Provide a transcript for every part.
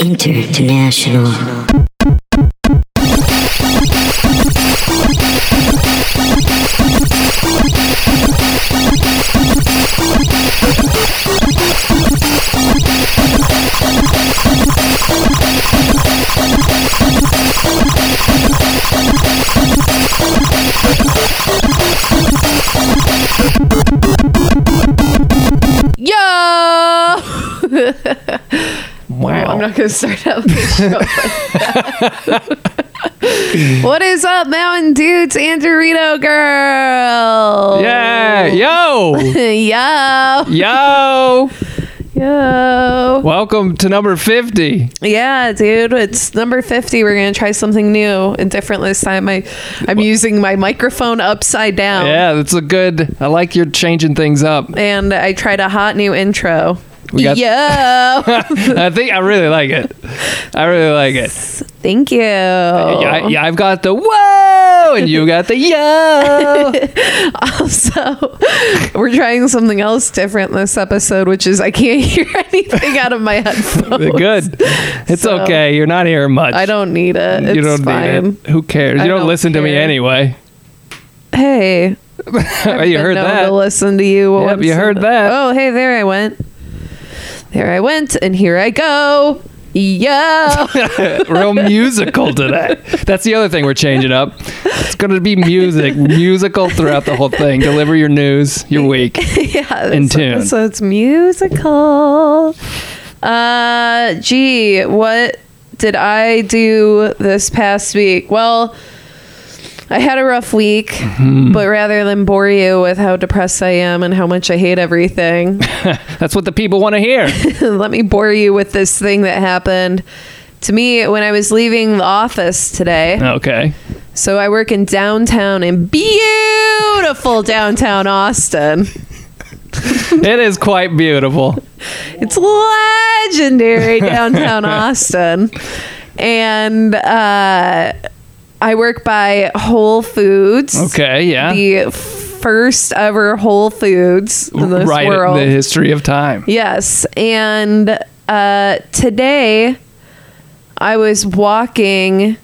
International. Yo! Wow. I'm not going to start out the show. like that. what is up, Mountain Dudes and Dorito Girl? yeah. Yo. Yo. Yo. Yo. Welcome to number 50. Yeah, dude. It's number 50. We're going to try something new and different this time. I, I'm using my microphone upside down. Yeah, that's a good. I like you're changing things up. And I tried a hot new intro. We got- Yo. I think I really like it. I really like it. Thank you. Oh. Yeah, I, yeah, I've got the whoa, and you got the yo. So we're trying something else different this episode, which is I can't hear anything out of my headphones. good. It's So- okay. You're not hearing much. I don't need it. It's you don't fine. need it. Who cares? I You don't, don't listen to me care. anyway. Hey, you heard been known that. To listen to you. once you in heard a- that. Oh, hey, there I went. There I went, and here I go. Yo, real musical today. That's the other thing we're changing up. It's going to be music, musical throughout the whole thing. Deliver your news, your week. yeah, In this tune. episode's musical. Uh, gee, what did I do this past week? Well, I had a rough week, Mm-hmm. but rather than bore you with how depressed I am and how much I hate everything, That's what the people want to hear. let me bore you with this thing that happened to me when I was leaving the office today. Okay. So I work in downtown in beautiful downtown Austin. It is quite beautiful. It's legendary downtown Austin. And uh, I work by Whole Foods. Okay, yeah. The first ever Whole Foods in this right world. the history of time. Yes. And uh, today I was walking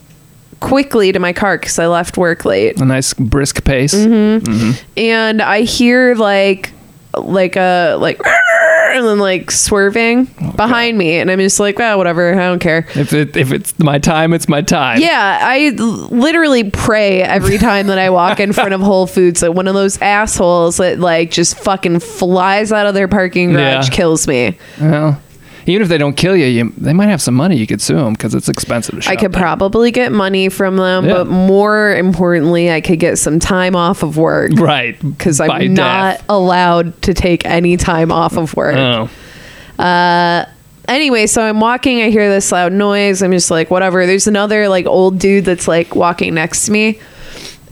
quickly to my car because I left work late. A nice brisk pace. Mm-hmm. And I hear like, like a, like, and then like swerving behind me. And I'm just like, wow, whatever. I don't care. If it if it's my time, it's my time. Yeah, I l- literally pray every time that I walk in front of Whole Foods that one of those assholes that like just fucking flies out of their parking garage Yeah. kills me. Well, even if they don't kill you, you they might have some money you could sue them because it's expensive to shop. I could there. probably get money from them, Yeah. but more importantly, I could get some time off of work right because I'm by not death. allowed to take any time off of work. Oh, Anyway, so I'm walking, I hear this loud noise. I'm just like, whatever. There's another like old dude that's like walking next to me.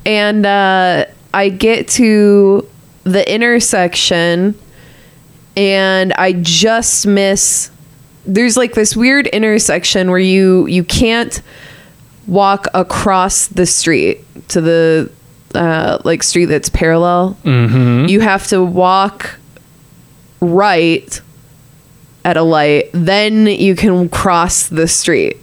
And uh, I get to the intersection and I just miss there's like this weird intersection where you you can't walk across the street to the uh, like street that's parallel. Mm-hmm. You have to walk right at a light, then you can cross the street.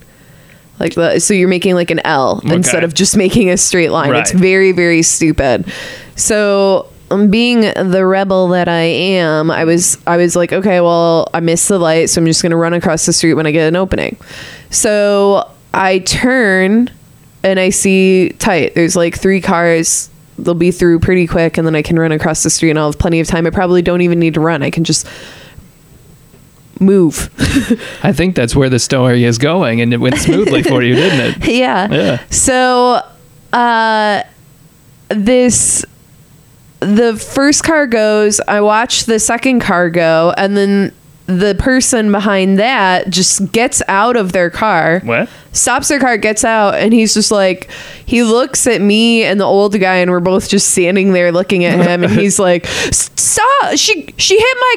Like the, so you're making like an L instead Okay. of just making a straight line. It's Right. very very stupid. So um, being the rebel that I am, I was I was like, okay, well, I missed the light, so I'm just gonna run across the street when I get an opening. So I turn and I see tight. There's like three cars. They'll be through pretty quick, and then I can run across the street, and I'll have plenty of time. I probably don't even need to run. I can just move. I think that's where the story is going, and it went smoothly for you, didn't it? yeah. Yeah. So, uh, this the first car goes. I watch the second car go, and then the person behind that just gets out of their car. What? Stops their car, gets out, and he's just like, he looks at me and the old guy, and we're both just standing there looking at him, and he's like, "Stop! She she hit my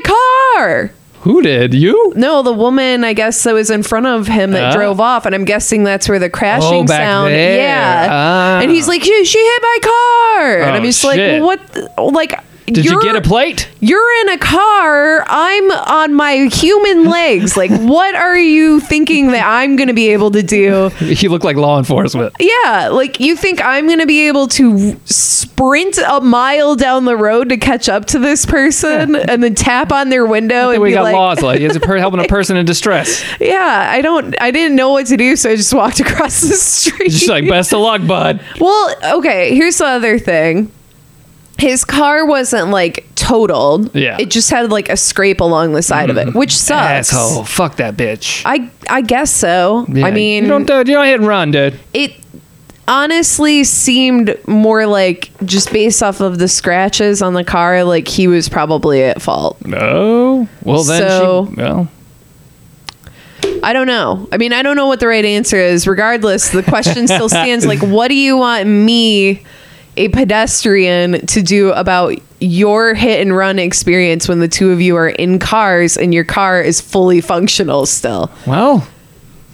car." Who did you? No, the woman I guess that was in front of him that Oh. drove off, and I'm guessing that's where the crashing Oh, back sound. there. Yeah, Ah. and he's like, "She, she hit my car," and Oh, I'm just like, shit. "What? the- Like." Did you You're- get a plate? You're in a car. I'm on my human legs. Like, what are you thinking that I'm going to be able to do? You look like law enforcement. Yeah, like you think I'm going to be able to sprint a mile down the road to catch up to this person and then tap on their window and we be got like, laws like it's a per- helping a person in distress. "Yeah, I don't I didn't know what to do, so I just walked across the street." Just like best of luck, bud. Well, okay, here's the other thing. His car wasn't like totaled. Yeah. Mm-hmm. It just had like a scrape along the side of it, which sucks. Asshole. Fuck that bitch. I I guess so. Yeah. I mean, you don't, do- you don't hit and run, dude. it honestly seemed more like just based off of the scratches on the car like he was probably at fault No. Well, then So- she. Well, i don't know i mean i don't know what the right answer is regardless the question still stands like what do you want me a pedestrian to do about your hit and run experience when the two of you are in cars and your car is fully functional still well.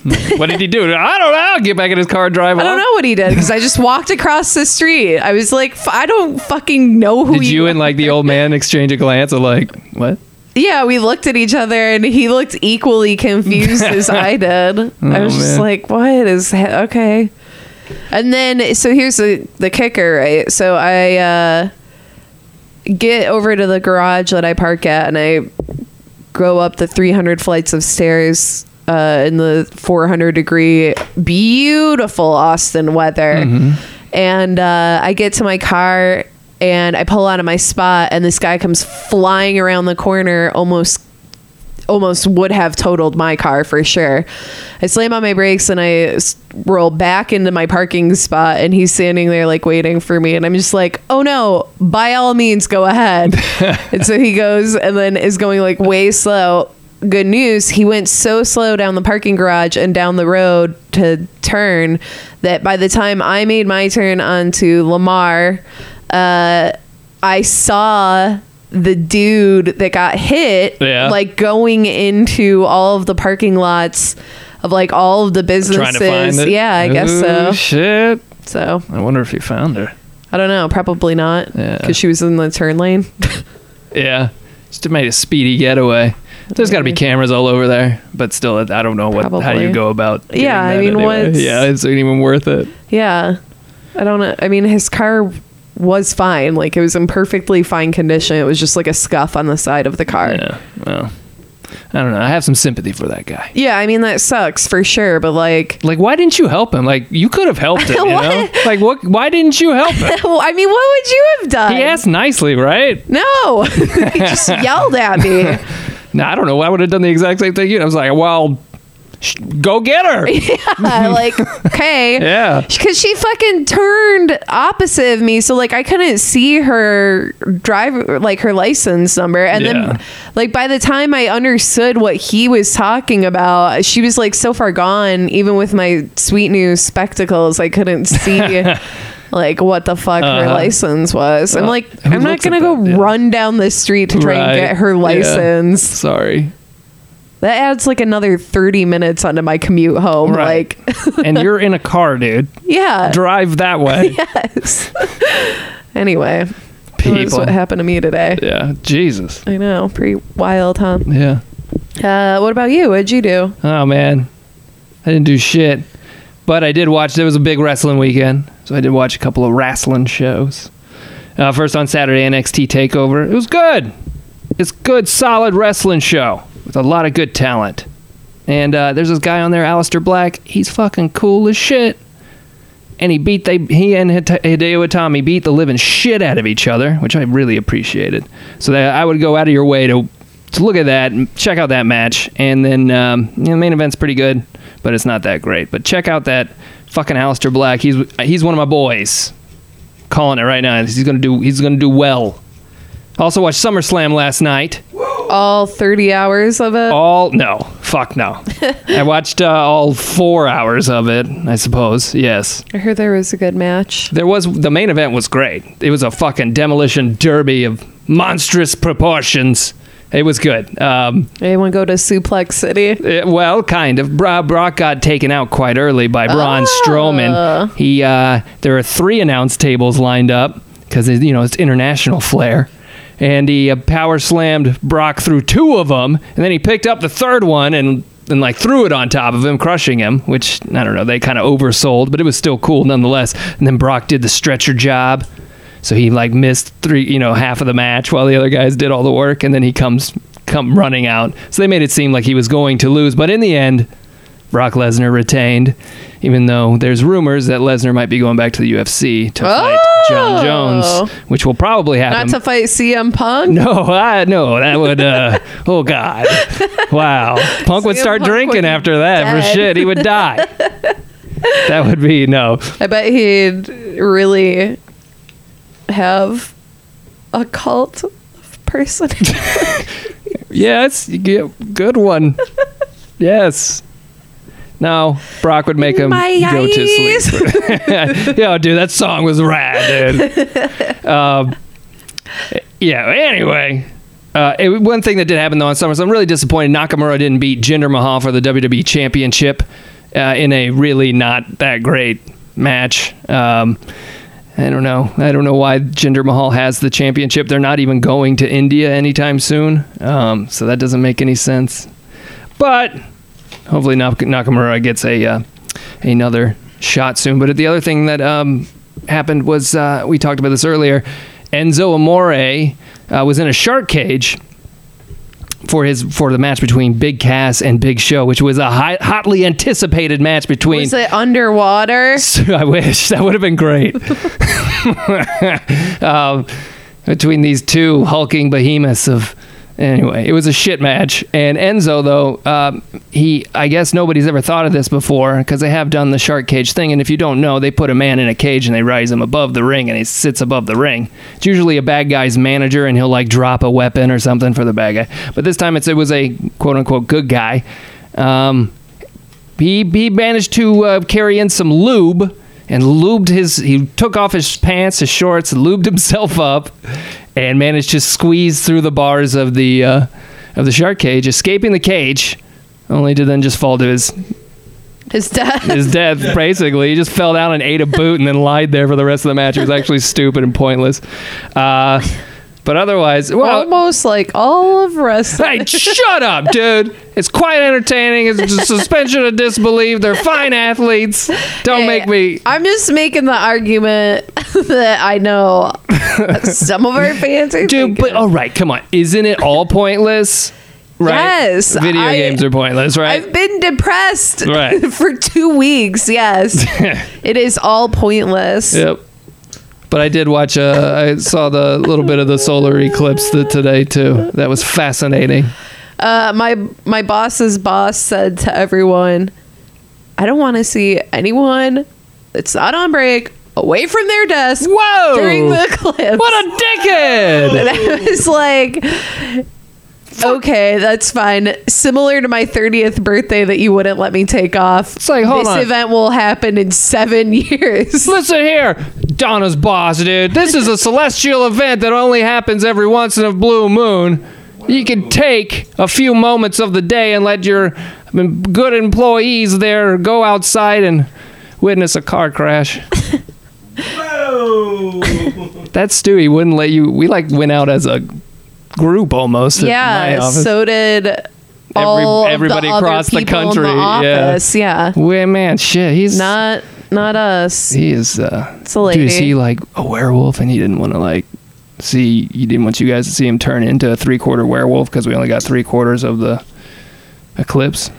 Hmm. what did he do? I don't know. Get back in his car, and drive i off. don't know what he did because i just walked across the street i was like f- i don't fucking know who Did you, you and like the old man exchange a glance of like what? Yeah, we looked at each other and he looked equally confused as I did. I Oh, was just man. like, what is ha- okay? And then so here's the the kicker, right? So I uh get over to the garage that I park at and I go up the 300 flights of stairs uh, in the 400 degree beautiful austin weather Mm-hmm. and uh, i get to my car and i pull out of my spot and this guy comes flying around the corner almost almost would have totaled my car for sure i slam on my brakes and i s- roll back into my parking spot and he's standing there like waiting for me and i'm just like oh no by all means go ahead and so he goes and then is going like way slow good news he went so slow down the parking garage and down the road to turn that by the time i made my turn onto lamar uh, i saw the dude that got hit Yeah. like going into all of the parking lots of like all of the Trying businesses to find it. Oh, yeah i guess Ooh, so Shit. so I wonder if he found her. i don't know probably not Yeah. because she was in the turn lane Yeah. Just made a speedy getaway. There's got to be cameras all over there, but still, I don't know what how Probably. you go about. getting Yeah, I that mean, anyway. what's- yeah, it's not even worth it. Yeah. I don't know. I mean, his car was fine. Like, it was in perfectly fine condition. It was just like a scuff on the side of the car. Yeah. Yeah, well, I don't know. I have some sympathy for that guy. I mean, that sucks for sure. But, like, Like, why didn't you help him? Like, you could have helped him. You What? know? Like, what? Why didn't you help him? I mean, what would you have done? He asked nicely, right? No. he just yelled at me. No, I don't know. I would have done the exact same thing. You. I was like, well, sh- go get her. Yeah, like, okay. yeah. Because she fucking turned opposite of me, so like I couldn't see her drive, like her license number. And Yeah. then, like by the time I understood what he was talking about, she was like so far gone. Even with my sweet new spectacles, I couldn't see like what the fuck her Uh-huh. license was. I'm Well, like, who I'm not looks at gonna go that? Yeah. run down the street to try and Right. get her Yeah. license. Sorry. That adds like another thirty minutes onto my commute home. Right. Like, and you're in a car, dude. yeah. Drive that way. yes. anyway, that was People. what happened to me today. Yeah. Jesus. I know, pretty wild, huh? Yeah. Uh, what about you? What'd you do? Oh man, I didn't do shit, but I did watch. There was a big wrestling weekend, so I did watch a couple of wrestling shows. Uh, first on Saturday, NXT Takeover. It was good. It's good, solid wrestling show with a lot of good talent. And uh, there's this guy on there, Alistair Black. He's fucking cool as shit. And he beat they he and Hide- Hideo Itami beat the living shit out of each other, which I really appreciated. So that I would go out of your way to to look at that, and check out that match, and then um, you know, the main event's pretty good, but it's not that great. But check out that fucking Alistair Black. He's he's one of my boys. Calling it right now. He's gonna do he's gonna do well. Also watched SummerSlam last night All 30 hours of it? all no fuck no i watched uh, all four hours of it i suppose yes I heard there was a good match. there was the main event was great it was a fucking demolition derby of monstrous proportions it was good um, Anyone go to Suplex City? it- well kind of Bro- brock got taken out quite early by braun strowman he uh, there are three announce tables lined up because you know it's international flair and he uh, power slammed Brock through two of them, and then he picked up the third one and and like threw it on top of him, crushing him. Which I don't know, they kind of oversold, but it was still cool nonetheless. And then Brock did the stretcher job, so he like missed three, you know, half of the match while the other guys did all the work, and then he comes come running out. So they made it seem like he was going to lose, but in the end, Brock Lesnar retained, even though there's rumors that Lesnar might be going back to the UFC to fight John Oh. Jones, which will probably Not happen. to fight CM Punk. Um, No, I, no, that would. Uh, oh God, wow! Punk would CM Punk start would drinking be after that for dead. shit. He would die. that would be no. I bet he'd really have a cult of person. Yes, you get- good one. Yes. No, Brock would make him My go to eyes. sleep. Yo, dude, that song was rad, dude. um, yeah. Anyway, uh, it, one thing that did happen though on Summer, so I'm really disappointed. Nakamura didn't beat Jinder Mahal for the WWE Championship uh, in a really not that great match. Um, I don't know. I don't know why Jinder Mahal has the championship. They're not even going to India anytime soon, um, so that doesn't make any sense. But hopefully Nak- Nakamura gets a uh, another shot soon. But the other thing that um, happened was uh, we talked about this earlier. Enzo Amore uh, was in a shark cage for his for the match between Big Cass and Big Show, which was a hot, hotly anticipated match between. Was it underwater? So I wish that would have been great. um, between these two hulking behemoths of, anyway, it was a shit match. And Enzo though, um, he I guess nobody's ever thought of this before because they have done the shark cage thing. And if you don't know, they put a man in a cage and they rise him above the ring and he sits above the ring. It's usually a bad guy's manager and he'll like drop a weapon or something for the bad guy. But this time it's it was a quote unquote good guy. Um, he he managed to uh, carry in some lube and lubed his he took off his pants his shorts lubed himself up and managed to squeeze through the bars of the uh, of the shark cage escaping the cage only to then just fall to his His death. his death basically he just fell down and ate a boot and then lied there for the rest of the match it was actually stupid and pointless uh, but otherwise well Almost like all of wrestling. Hey, shut up, dude. It's quite entertaining. It's a suspension of disbelief. They're fine athletes. Don't Hey, make me. I'm just making the argument that I know some of our fans are Dude, thinking. but all right, come on. Isn't it all pointless? Right? Yes, Video I- games are pointless, right? I've been depressed Right. for two weeks. Yes, it is all pointless. Yep. But I did watch. Uh, I saw the little bit of the solar eclipse th- today too. That was fascinating. Uh, my my boss's boss said to everyone, "I don't want to see anyone that's not on break away from their desk Whoa! during the eclipse." what a dickhead! and I was like, okay, that's fine. Similar to my 30th birthday that you wouldn't let me take off. It's like, hold this on. event will happen in seven years. Listen here, Donna's boss, dude. This is a celestial event that only happens every once in a blue moon. You can take a few moments of the day and let your I mean, good employees there go outside and witness a car crash. that Stewie wouldn't let you. We like went out as a group almost. at my yeah, office. so did all of everybody the other across the people in country, yeah. office. Yeah. Wait, man, shit, he's Not not us. he is uh a lady. dude, is he like a werewolf and he didn't want to like see you didn't want you guys to see him turn into a three quarter werewolf because we only got three quarters of the eclipse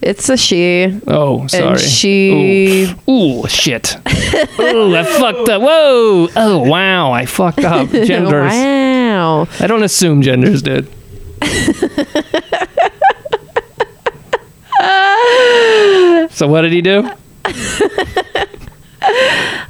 It's a she. oh sorry she- ooh, Ooh, shit ooh i fucked up whoa oh wow i fucked up genders Wow. i don't assume genders did so what did he Uh, do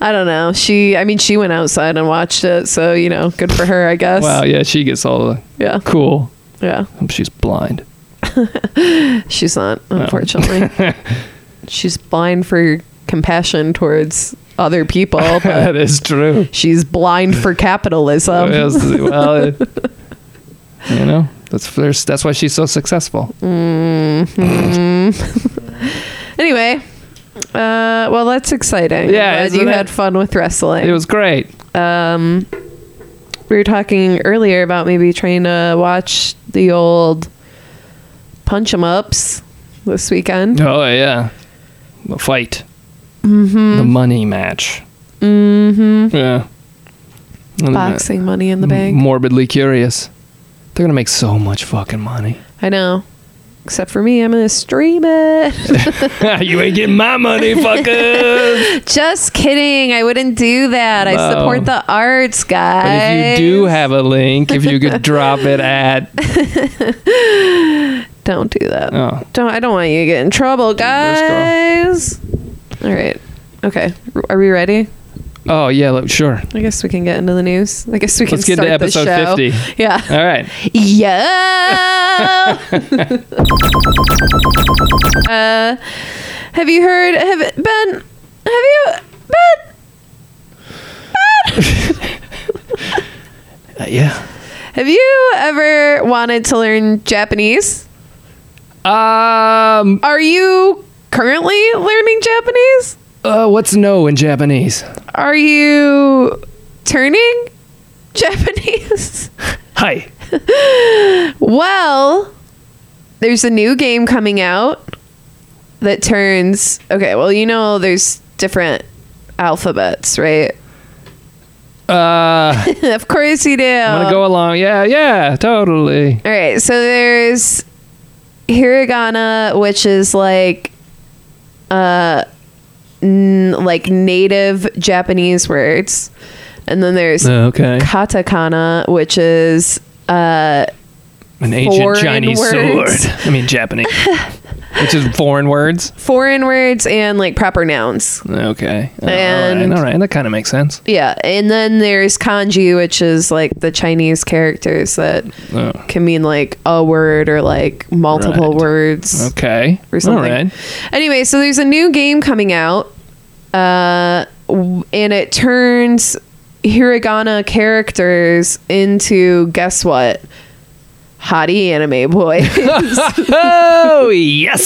I don't know. She I mean she went outside and watched it, so you know, good for her, I guess. wow yeah she gets all the Yeah. cool Yeah. hope she's blind She's not, unfortunately. she's blind for compassion towards other people, but that is true she's blind for capitalism. What else is- well, it- you know, that's there's, that's why she's so successful. Anyway, uh, well, that's exciting. Yeah, I'm glad isn't you it? had fun with wrestling. It was great. um, we were talking earlier about maybe trying to watch the old punch 'em ups this weekend. Oh yeah, the fight, mm-hmm. the money match. Mm-hmm. Yeah. And, uh, Boxing money in the bank. Morbidly curious. They're gonna make so much fucking money. I know. Except for me, I'm gonna stream it. you ain't getting my money, fuckers. Just kidding. I wouldn't do that. I No. support the arts, but guys. if you do have a link, if you could drop it at don't do that. oh, Don't. I don't want you to get in trouble, guys. All right. Okay. Are we ready? oh yeah, look, sure. I guess we can get into the news. I guess we can Let's get to start the episode show. 50. Yeah. All right. Yeah. uh, have you heard? Have Ben? Have you Ben? Uh, yeah. Have you ever wanted to learn Japanese? Um. Are you currently learning Japanese? Uh, what's no in Japanese? Are you turning Japanese? Hi. Well, there's a new game coming out that turns. Okay, well, you know, there's different alphabets, right? Uh, I'm of course you do. gonna go along. Yeah, yeah, totally. All right, so there's hiragana, which is like, uh, n- like native Japanese words, and then there's Oh, Okay. katakana, which is uh, An ancient Foreign Chinese words. sword. I mean Japanese. Which is foreign words. foreign words and like proper nouns. Okay. All right, And- all right. That kind of makes sense. Yeah, and then there's kanji, which is like the Chinese characters that Oh, can mean like a word or like multiple Right. words. okay. or something. All right. Anyway, so there's a new game coming out, uh, w- and it turns hiragana characters into guess what? Hottie anime boy. Oh yes.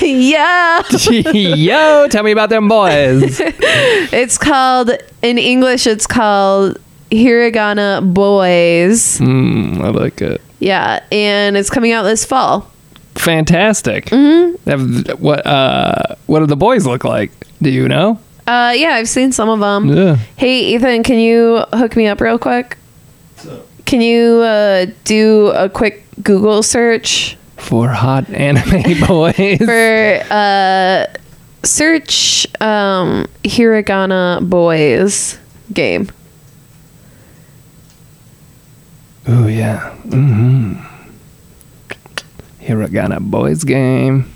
yeah. Yo, tell me about them boys. It's called, in English, it's called Hiragana Boys. Mm, I like it. Yeah. And it's coming out this fall. Fantastic. Mm-hmm. Have, what uh, what do the boys look like? Do you know? Uh, yeah, I've seen some of them. Yeah. Hey, Ethan, can you hook me up real quick? Can you uh, do a quick Google search For hot anime boys. for uh, search um, Hiragana Boys game? Oh yeah. Mm-hmm. Hiragana boys game.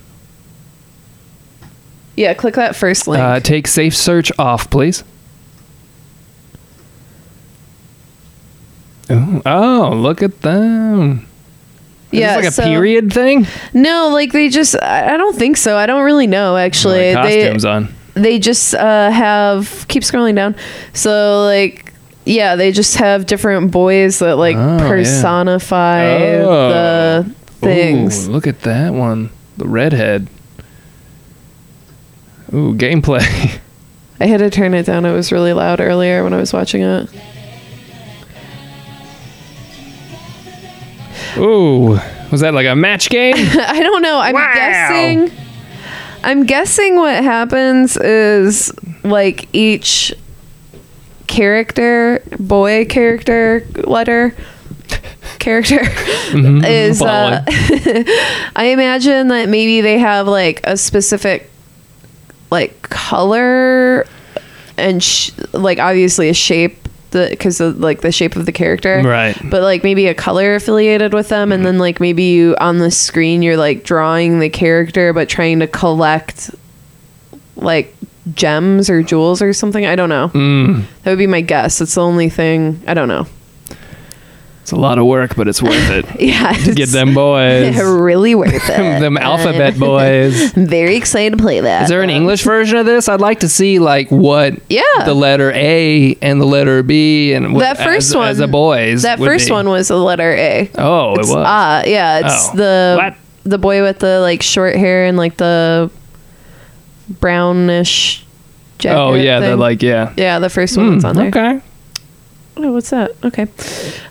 Yeah, click that first link. Uh, take safe search off, please. Ooh, oh, look at them. Is yeah, this like a so- period thing? No, like they just. I I don't think so. I don't really know actually. Like they costumes on. they just uh, have keep scrolling down. So like. Yeah, they just have different boys that like Oh, yeah. personify Oh. the things. Ooh, look at that one. The redhead. Ooh, gameplay. I had to turn it down. It was really loud earlier when I was watching it. Ooh, was that like a match game? I don't know. I'm Wow. guessing. I'm guessing what happens is like each character, boy character, letter character is. Uh, I imagine that maybe they have like a specific like color and sh- like obviously a shape the because of like the shape of the character Right. Mm-hmm. but like maybe a color affiliated with them and then like maybe you on the screen you're like drawing the character but trying to collect like gems or jewels or something i don't know Mm, that would be my guess it's the only thing i don't know it's a lot of work, but it's worth it. yeah to get them boys. really worth it them alphabet boys. i'm very excited to play that Is there an English version of this? I'd like to see like what Uh-huh. Yeah. the letter A and the letter B and what, That first as, one- as the boys. that would first be. one was the letter a Oh, it It's- was. Ah, yeah, it's Oh. the What? the boy with the like short hair and like the brownish jacket. oh yeah, thing. they're like Oh, Hmm, yeah. yeah, the first one that's on there. Okay. Oh, what's that? Okay.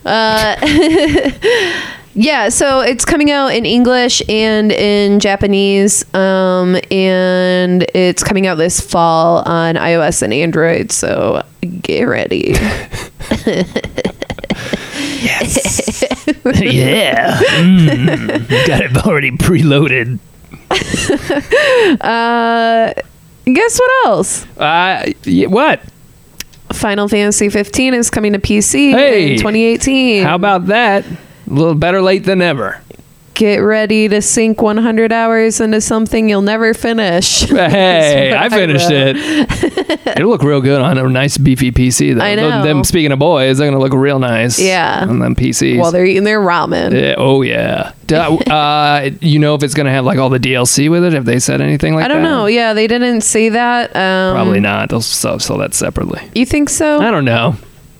Uh, yeah, so it's coming out in English and in Japanese, um, and it's coming out this fall on iOS and Android. So get ready. Yes. yeah. Mm. Got it already preloaded. Guess what else? Uh, y- what? Final Fantasy 15 is coming to PC Hey. in 2018. How about that? A little better late than never. get ready to sink 100 hours into something you'll never finish. Hey, I what I finished wrote. it. It'll look real good on a nice beefy PC, though. I Th- know. Them speaking of boys, they're gonna look real nice. Yeah. on them PCs. While they're eating their ramen. Yeah, oh yeah. Do- uh, you know if it's gonna have like all the DLC with it? Have they said anything like I that? don't know. Yeah, they didn't say that. Um, Probably not. They'll sell, sell that separately. You think so? I don't know.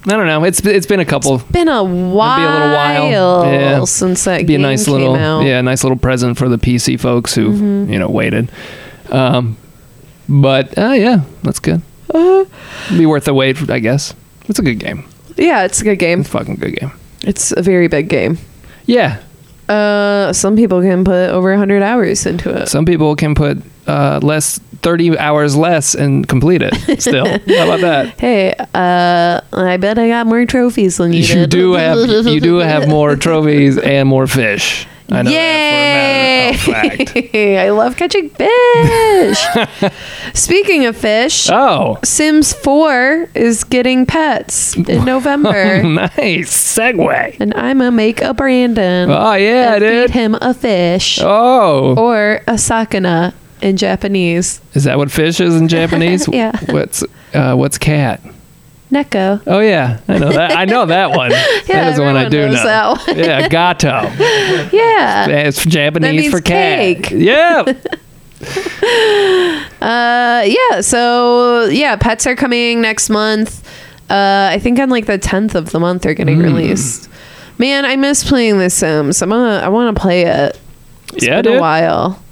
I don't know. It's it's been a couple. been a while, little while. Yeah. since that be a game nice came little out. Mm-hmm. yeah, nice little present for the PC folks who you know waited. Um, but uh, yeah, that's good. be worth the wait, I guess. It's a good game. Yeah, it's a good game. It's a fucking good game. It's a very big game. Yeah, Uh, some people can put over 100 hours into it. some people can put uh, less thirty hours less and complete it. Still, how about that? Hey, uh, I bet I got more trophies than you, You did. do have you do have more trophies and more fish. I know Yay! that for a matter of fact. I love catching fish. Speaking of fish, Oh, Sims 4 is getting pets in November, nice segue. and I'm gonna make a Brandon. Oh yeah, and dude. Feed him a fish Oh, or a sakana in Japanese. Is that what fish is in Japanese? Yeah. What's uh, what's cat? Neko. Oh yeah, I know that. I know that one. that is the one I everyone do knows know. that one. yeah, gato. Yeah. It's Japanese means for cat. cake. Yeah. Uh, yeah. So yeah, pets are coming next month. Uh, I think on like the tenth of the month they're Mm. getting released. Man, I miss playing The Sims. I'm gonna, I want to play it. It's yeah, been dude. a while.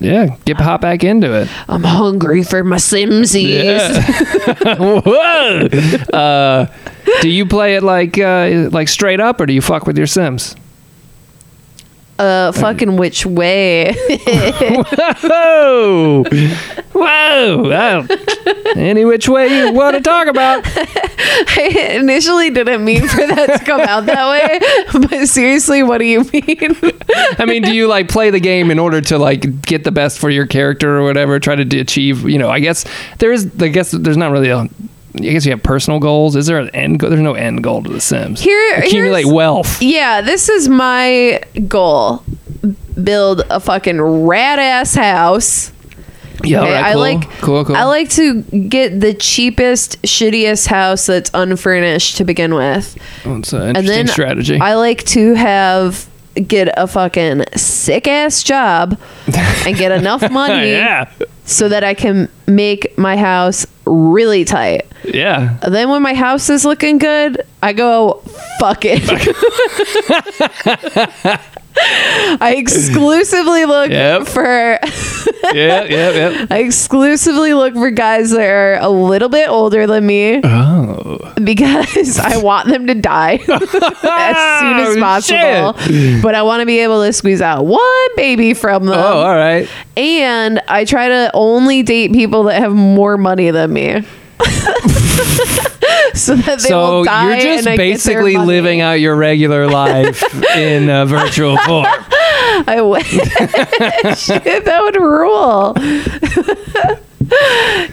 Yeah, get hop back into it. I'm hungry for my Simsies. Whoa. Uh, do you play it like uh, like straight up, or do you fuck with your Sims? Uh, fucking which way? Whoa! Whoa! Oh. Any which way you want to talk about. I initially didn't mean for that to come out that way, but seriously, what do you mean? I mean, do you like play the game in order to like get the best for your character or whatever? Try to d- achieve, you know. I guess there is. I guess there's not really a. I guess you have personal goals. Is there an end goal? There's no end goal to The Sims. Here- accumulate here's- wealth. Yeah, this is my goal. Build a fucking rad ass house. Yeah, all Okay, right, I cool. like cool, cool. I like to get the cheapest, shittiest house that's unfurnished to begin with. That's an And interesting then strategy. I like to have get a fucking sick ass job and get enough money yeah, so that I can make my house really tight. yeah. Then when my house is looking good, I go fuck it. I exclusively look Yep. for yeah, yeah, yeah. I exclusively look for guys that are a little bit older than me Oh, because I want them to die as soon as Oh, possible. But I want to be able to squeeze out one baby from them. oh, all right. And I try to only date people that have more money than me. so that they so will die. you're and just I get their basically money. living out your regular life in a virtual form. I wish Shit, that would rule.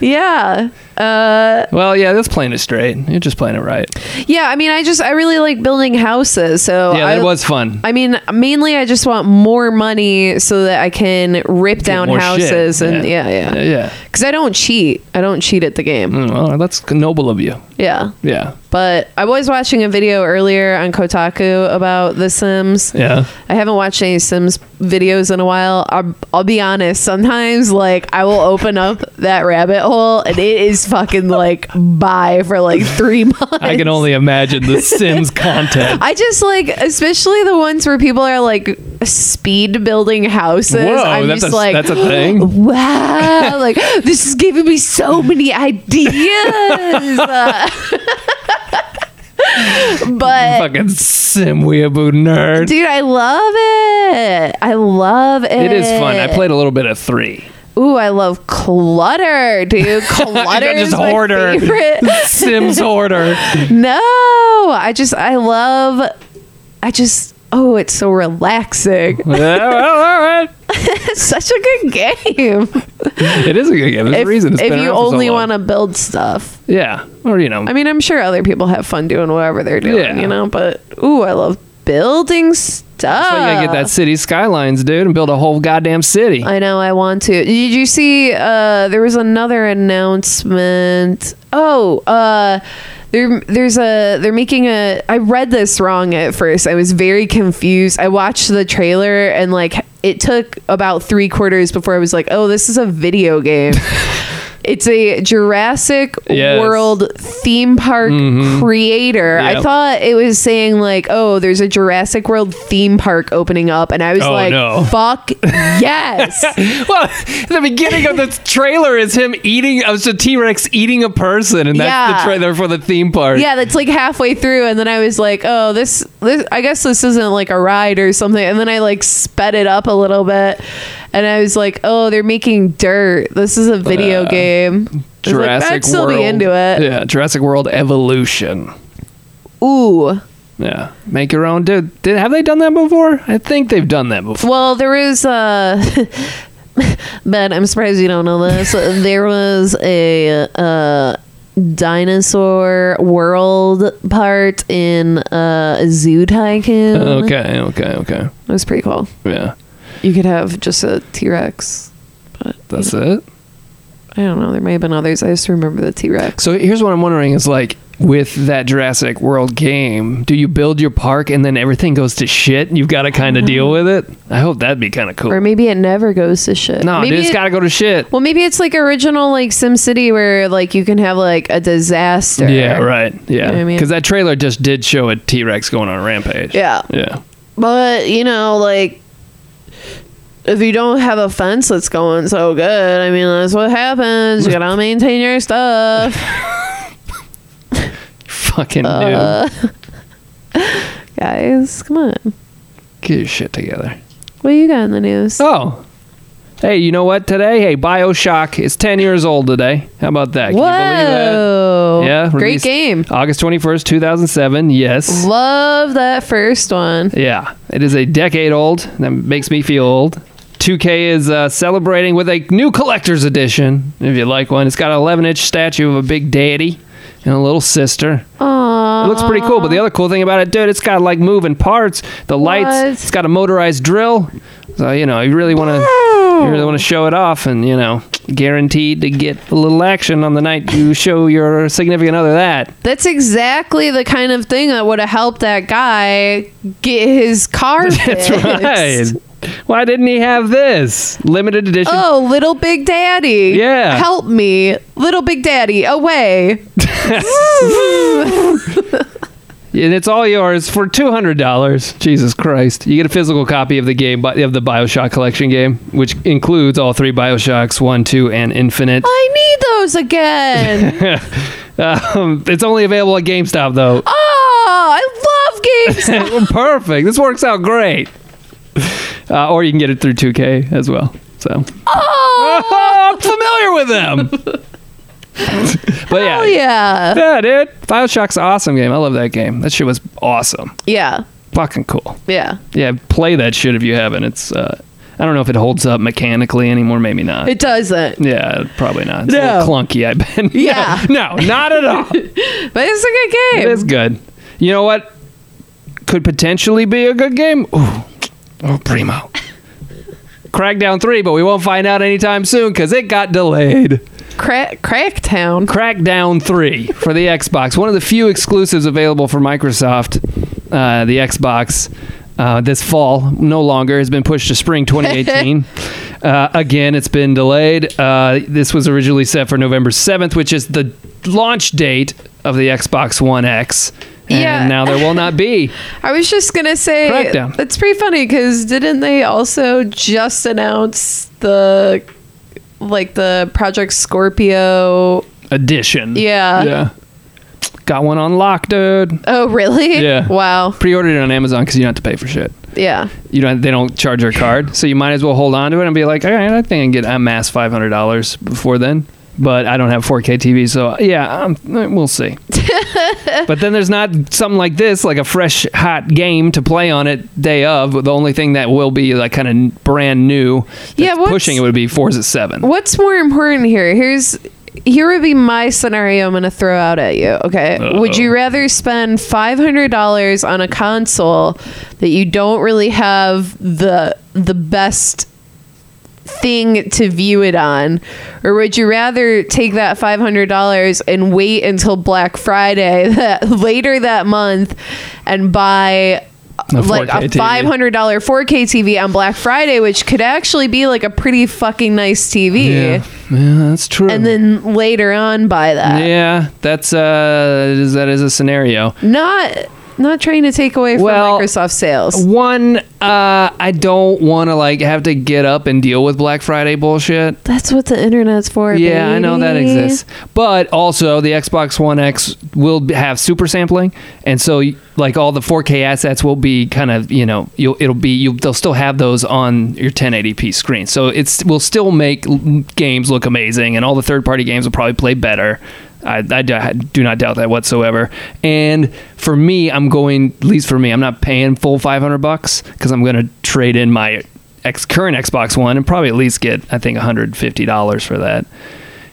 yeah. Uh, Well, yeah, that's playing it straight. You're just playing it right. yeah. I mean, I just I really like building houses. So Yeah, I, that was fun. I mean, mainly I just want more money so that I can rip down more shit. houses and yeah, Yeah. yeah. Yeah, yeah. yeah. Cuz I don't cheat. I don't cheat at the game. Mm, well, that's noble of you. Yeah. Yeah. But I was watching a video earlier on Kotaku about The Sims. Yeah. I haven't watched any Sims videos in a while. I'll, I'll be honest. Sometimes, like, I will open up that rabbit hole and it is fucking like bye for like three months. I can only imagine the Sims content. I just like, especially the ones where people are like speed building houses. Whoa, I'm that's just a, like, that's a thing. wow, like this is giving me so many ideas. Uh, But Fucking sim weeaboo nerd. dude, I love it. I love it. It is fun. I played a little bit of three. Ooh, I love clutter, dude. Clutter Just is my hoarder. favorite. Sims order. No, I just I love. I just oh, it's so relaxing. yeah, well, all right. It's such a good game. It is a good game. There's if a reason. It's if been you around for so only long. want to build stuff, yeah, or you know, I mean, I'm sure other people have fun doing whatever they're doing, Um, Yeah. you know. But ooh, I love building stuff. So you gotta get that city skylines, dude, and build a whole goddamn city. uh. I know I want to. Did you see uh there was another announcement. Oh, uh there there's a they're making a I read this wrong at first. I was very confused. I watched the trailer and like it took about 3 quarters before I was like, "Oh, this is a video game." It's a Jurassic Yes. Mm-hmm. World theme park creator. I Yep. thought it was saying like, "Oh, there's a Jurassic World theme park opening up," and I was Oh, like, no. "Fuck yes!" well, the beginning of the trailer is him eating. It was a T Rex eating a person, and that's Yeah. the trailer for the theme park. yeah, that's like halfway through, and then I was like, "Oh, this, this, I guess this isn't like a ride or something." And then I like sped it up a little bit, and I was like, "Oh, they're making dirt. This is a video Uh, game." I was like, Jurassic I'd still World. be into it. Yeah, Jurassic World Evolution. Ooh. Yeah, make your own. Dude, did have they done that before? I think they've done that before. Well, there is uh but I'm surprised you don't know this. There was a uh dinosaur world part in uh Zoo Tycoon. Okay, okay, okay. It was pretty cool. Yeah, You could have just a T Rex. that's it. I don't know. There may have been others. I just remember the T Rex. So here's what I'm wondering: is like with that Jurassic World game, do you build your park and then everything goes to shit? and You've got to kind of deal with it. I hope that'd be kind of cool. Mm-hmm. Or maybe it never goes to shit. No, maybe dude, it's it- got to go to shit. well, maybe it's like original like SimCity where like you can have like a disaster. Yeah, right. Yeah, know because what I mean? that trailer just did show a T Rex going on a rampage. Yeah. yeah, But you know, like if you don't have a fence that's going so good, I mean that's what happens. You gotta maintain your stuff. fucking Uh, guys, come on. dude, get your shit together. What you got in the news? Oh, hey, you know what? Today, hey, Bioshock is 10 years old today. How about that? Can you believe that? Whoa. Yeah, Great released game. August 21st, 2007. Yes. Love that first one. Yeah, it is a decade old. That makes me feel old. 2K is uh, celebrating with a new collector's edition. If you like one, it's got an 11 inch statue of a big daddy and a little sister. Aww. It looks pretty cool, but the other cool thing about it, dude, it's got like moving parts, the lights, What? it's got a motorized drill. So, you know, you really want to you really want to show it off and, you know, guaranteed to get a little action on the night you show your significant other that. That's exactly the kind of thing that would have helped that guy get his car That's fixed. right. Why didn't he have this? Limited edition. Oh, little Big Daddy. Yeah. Help me. Little Big Daddy, away. and it's all yours for two hundred dollars. Jesus Christ! You get a physical copy of the game bi- of the Bioshock collection game, which includes all three Bioshocks, one, two, and Infinite. I need those again. Um, it's only available at GameStop though. oh, I love games. Well, Perfect. This works out great. Uh, or you can get it through 2K as well. So Oh, I'm familiar with them. but yeah, hell yeah. yeah, dude. Bioshock's an awesome game. I love that game. That shit was awesome. Yeah. Fucking cool. Yeah. Yeah, play that shit if you haven't. It's uh, I don't know if it holds up mechanically anymore. Maybe not. It doesn't. yeah, probably not. It's a little No. clunky. I bet. Yeah. no, no, not at all. But it's a It good is game. good. You know what? Could potentially be a good game. Ooh. Oh, primo. Crackdown 3, but we won't find out anytime soon because it got delayed. Cra- Cracktown. Crackdown 3 for the Xbox. One of the few exclusives available for Microsoft, uh, the Xbox, uh, this fall. No longer. has been pushed to spring 2018. uh, again, it's been delayed. Uh, this was originally set for November 7th, which is the launch date of the Xbox One X. And Yeah. now there will not be. I was just gonna say Crackdown. it's pretty funny because didn't they also just announce the like the Project Scorpio? Edition. Yeah. Yeah. Got one on lock, dude. Oh, really? Yeah. Wow. Pre-ordered it on Amazon because you don't have to pay for shit. Yeah. You don't. They don't charge your card, so you might as well hold on to it and be like, all right, I think I can get a mass five hundred dollars before then. But I don't have 4K TV, so yeah, um, we'll see. but then there's not something like this, like a fresh, hot game to play on it day of. The only thing that will be like kind of brand new, that's Yeah, what's- pushing it would be Forza Seven. What's more important here? Here's here would be my scenario I'm going to throw out at you. Okay. Would you rather spend $500 on a console that you don't really have the the best thing to view it on or would you rather take that $500 and wait until Black Friday that later that month and buy A like a 4K TV. $500 4K TV on Black Friday which could actually be like a pretty fucking nice TV Yeah, yeah that's true. and then later on buy that yeah, that's uh, that is, that is a scenario. not not trying to take away from Well, Microsoft sales One, uh, I don't want to like have to get up and deal with Black Friday bullshit. that's what the internet's for Yeah, I know that baby. exists. But also, the Xbox One X will b- have super sampling, and so y- like all the 4K assets will be kind of you know you'll it'll be you they'll still have those on your 1080p screen. So it's will still make l- games look amazing, and all the third party games will probably play better. I, I d- I do not doubt that whatsoever. And for me, I'm going at least for me, I'm not paying full 500 bucks because I'm going to trade in my ex- current Xbox One and probably at least get I think 150 dollars for that.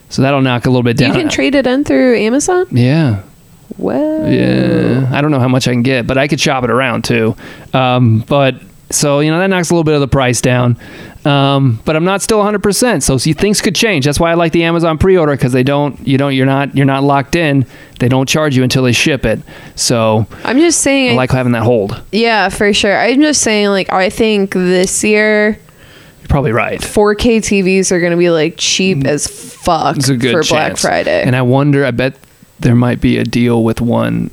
So that'll knock a little bit down. You can trade it in through Amazon. yeah, Well, yeah. I don't know how much I can get, but I could shop it around too. Um, but so you know that knocks a little bit of the price down. Um, but I'm not still 100. percent So see, things could change. That's why I like the Amazon pre-order because they don't. You don't. You're not. You're not locked in. They don't charge you until they ship it. So I'm just I saying. like having that hold. You're yeah, for sure. I'm just saying. Like, I think this year, probably right. 4K TVs are gonna be like cheap as fuck Mm. It's a good for Black chance. Friday And I wonder. I bet there might be a deal with one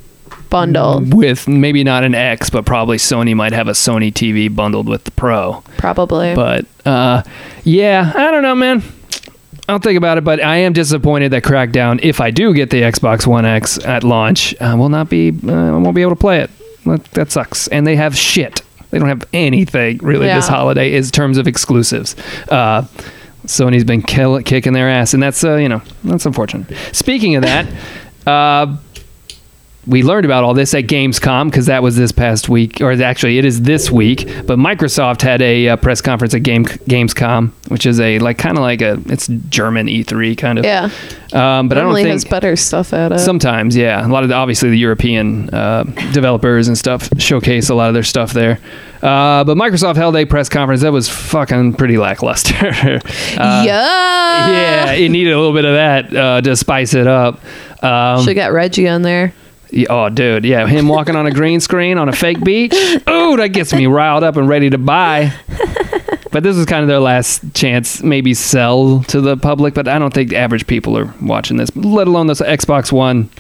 bundle, with maybe not an X, but probably Sony might have a Sony TV bundled with the Pro. probably. But uh, yeah, I don't know, man. I'll think about it, but I am disappointed that Crackdown, if I do get the Xbox One X at launch, uh, will not be. Uh, I won't be able to play it. That, that sucks. And they have shit. They don't have anything really this Yeah. holiday is terms of exclusives. Uh, Sony's been kill- kicking their ass, and that's uh, you know that's unfortunate. Speaking of that, uh, we learned about all this at Gamescom because that was this past week, or actually it is this week. But Microsoft had a uh, press conference at Game Gamescom, which is a like kind of like a it's German E3 kind of. yeah, Um, but I don't Emily think has better stuff at it. Sometimes, yeah. A lot of the, obviously the European uh, developers and stuff showcase a lot of their stuff there. Uh, but Microsoft held a press conference that was fucking pretty lackluster. Uh, yeah, yeah, it needed a little bit of that uh, to spice it up. Um, Should got Reggie on there. yeah, Oh, dude, yeah, him walking on a green screen on a fake beach. Oh, that gets me riled up and ready to buy. But this is kind of their last chance, maybe sell to the public. But I don't think the average people are watching this, let alone this Xbox One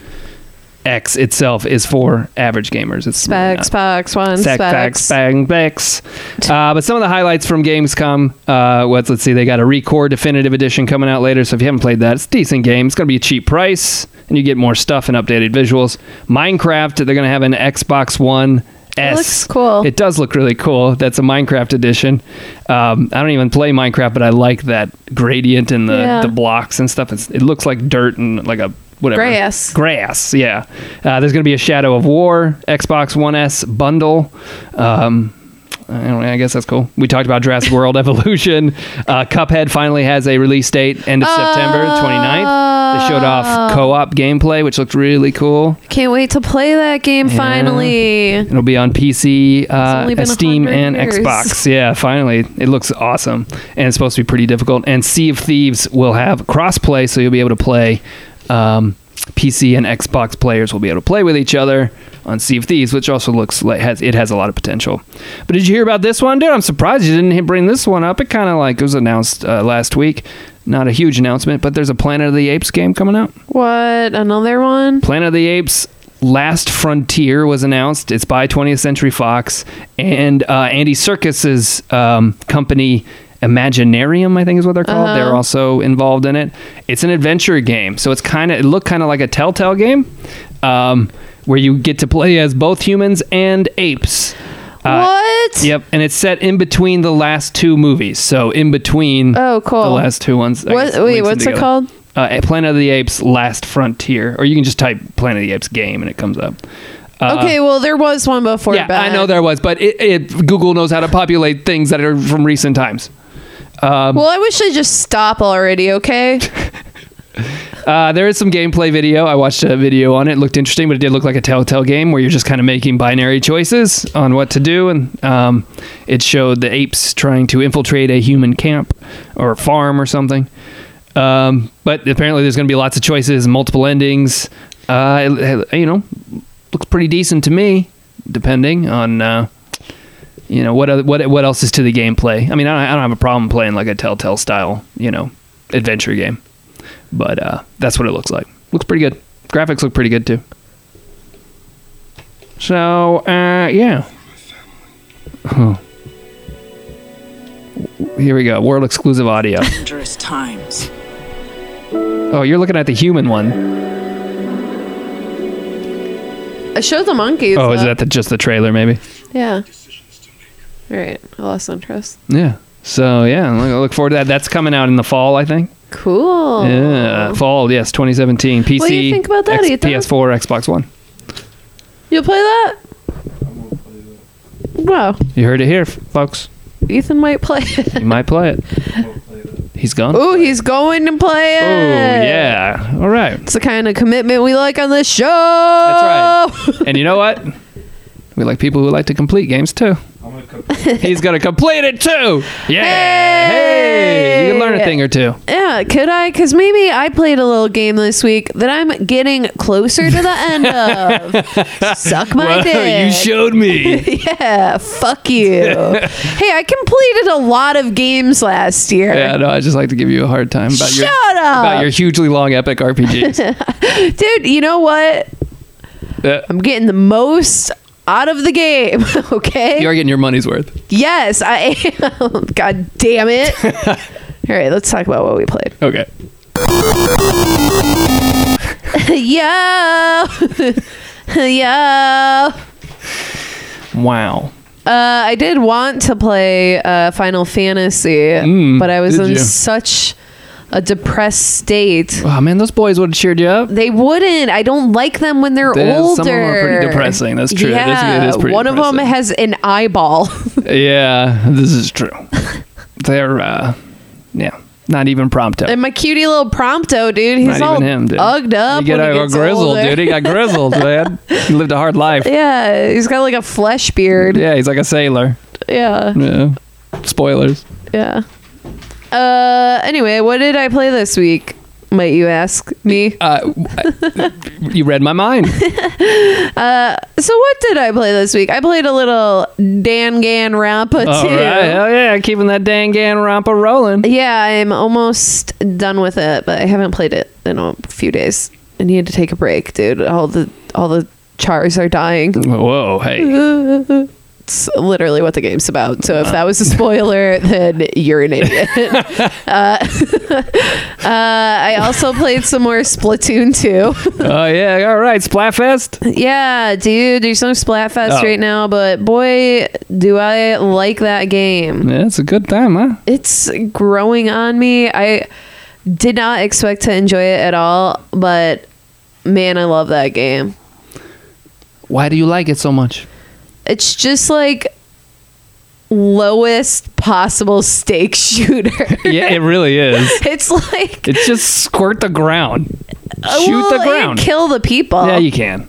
X itself is for average gamers. It's really Specs, not. Spox, one, Sack, Specs. facts, bang, facts. Uh, but some of the highlights from Gamescom. Uh, what's let's see, they got a Recore Definitive Edition coming out later. So if you haven't played that, it's a decent game. It's going to be a cheap price, and you get more stuff and updated visuals. Minecraft. They're going to have an Xbox One S. looks cool. It does look really cool. That's a Minecraft edition. Um, I don't even play Minecraft, but I like that gradient and the, Yeah. the blocks and stuff. It's, it looks like dirt and like a whatever Grass. grass yeah uh, there's going to be a shadow of war xbox one s bundle um, I, don't, I guess that's cool we talked about jurassic world evolution uh, cuphead finally has a release date end of september 29th they showed off co-op gameplay which looked really cool Can't wait to play that game finally. It'll be on PC, only uh, been Steam, 100 and years. Xbox. Yeah, finally, it looks awesome, and it's supposed to be pretty difficult. And Sea of Thieves will have crossplay, so you'll be able to play. Um, PC and Xbox players will be able to play with each other on Sea of Thieves, which also looks like has it has a lot of potential. But did you hear about this one, dude? I'm surprised you didn't bring this one up. It kind of like it was announced uh, last week. Not a huge announcement, but there's a Planet of the Apes game coming out. What? Another one? Planet of the Apes Last Frontier was announced. It's by 20th Century Fox and uh, Andy Serkis's um, company Imaginarium, I think is what they're called. Uh-huh. They're also involved in it. It's an adventure game, so it's kind of it looked kind of like a Telltale game, um, where you get to play as both humans and apes. Uh, what? Yep, and it's set in between the last two movies. So in between Oh, cool. the last two ones. I What- guess, wait, links them what's it together. called? Uh, Planet of the Apes: Last Frontier, or you can just type Planet of the Apes game and it comes up. Uh, okay, well, there was one before. yeah, I Ben. know there was, but it, it, Google knows how to populate things that are from recent times. Well, I wish they just stop already. Okay. Uh, there is some gameplay video. I watched a video on it. It looked interesting, but it did look like a Telltale game where you're just kind of making binary choices on what to do. And um, it showed the apes trying to infiltrate a human camp or farm or something. Um, but apparently, there's going to be lots of choices, and multiple endings. Uh, it- it- you know, looks pretty decent to me, depending on. Uh, you know what? Other, what? What else is to the gameplay? I mean, I don't, I don't have a problem playing like a Telltale style, you know, adventure game but uh, that's what it looks like. Looks pretty good. Graphics look pretty good too. So uh, yeah. Huh. Here we go. World exclusive audio. dangerous times. oh, you're looking at the human one. I showed the monkeys. Oh, is though. that the, just the trailer? Maybe. Yeah. All right. I lost interest. Yeah. So yeah, I look forward to that. That's coming out in the fall, I think. Cool. Yeah, fall. Yes, 2017. PC, What do you think about that, X- Ethan? PS4, Xbox One. You'll play that? Wow. You heard it here, folks. Ethan might play it. You might play it. He's gone. Ooh, he's going to play it. Oh yeah. All right. It's the kind of commitment we like on this show. That's And you know what? We like people who like to complete games too. He's gonna complete it too. Yeah. Hey, you can learn a thing or two. yeah, could I? Because maybe I played a little game this week that I'm getting closer to the end of. Suck my dick. you showed me. yeah, fuck you. hey, I completed a lot of games last year. yeah. No, I just like to give you a hard time about your Shut up. about your hugely long epic RPGs. Dude, you know what? Uh, I'm getting the most out of the game, okay? you are getting your money's worth. yes, I am. God damn it. All right, let's talk about what we played. Okay. yeah. yeah. Wow. Uh, I did want to play uh, Final Fantasy, but I was Mm, did in you? such a depressed state. Oh man, those boys would have cheered you up. They wouldn't. I don't like them when they're They- older. some of them are pretty depressing. That's true. It is- it Yeah, is pretty one of them depressing. has an eyeball. Yeah, this is true. They're uh, yeah, not even prompto. And my cutie little Prompto, dude, he's Not all even him, dude. ugged up. You get when he a gets grizzled, older. dude. He got grizzled, man. He lived a hard life. Yeah, he's got like a flesh beard. Yeah, he's like a sailor. Yeah, Yeah. Spoilers. yeah. Uh, anyway, what did I play this week? Might you ask me? Uh, I- you read my mind. So what did I play this week? I played a little Danganronpa All too. right. Hell yeah. Keeping that Danganronpa rolling. Yeah, I'm almost done with it, but I haven't played it in a few days. I need to take a break, dude. All the all the chars are dying. Whoa. Hey. It's literally what the game's about. So if that was a spoiler, then you're an idiot. uh, uh, I also played some more Splatoon 2. Oh, yeah. All right. Splatfest. yeah, dude, there's no Splatfest Oh. right now, but boy, do I like that game. Yeah, it's a good time, huh? it's growing on me. I did not expect to enjoy it at all, but man, I love that game. Why do you like it so much? It's just like lowest possible stake shooter. Yeah, it really is. it's like It's just squirt the ground. Shoot Uh, well, the ground. and kill the people. yeah, you can.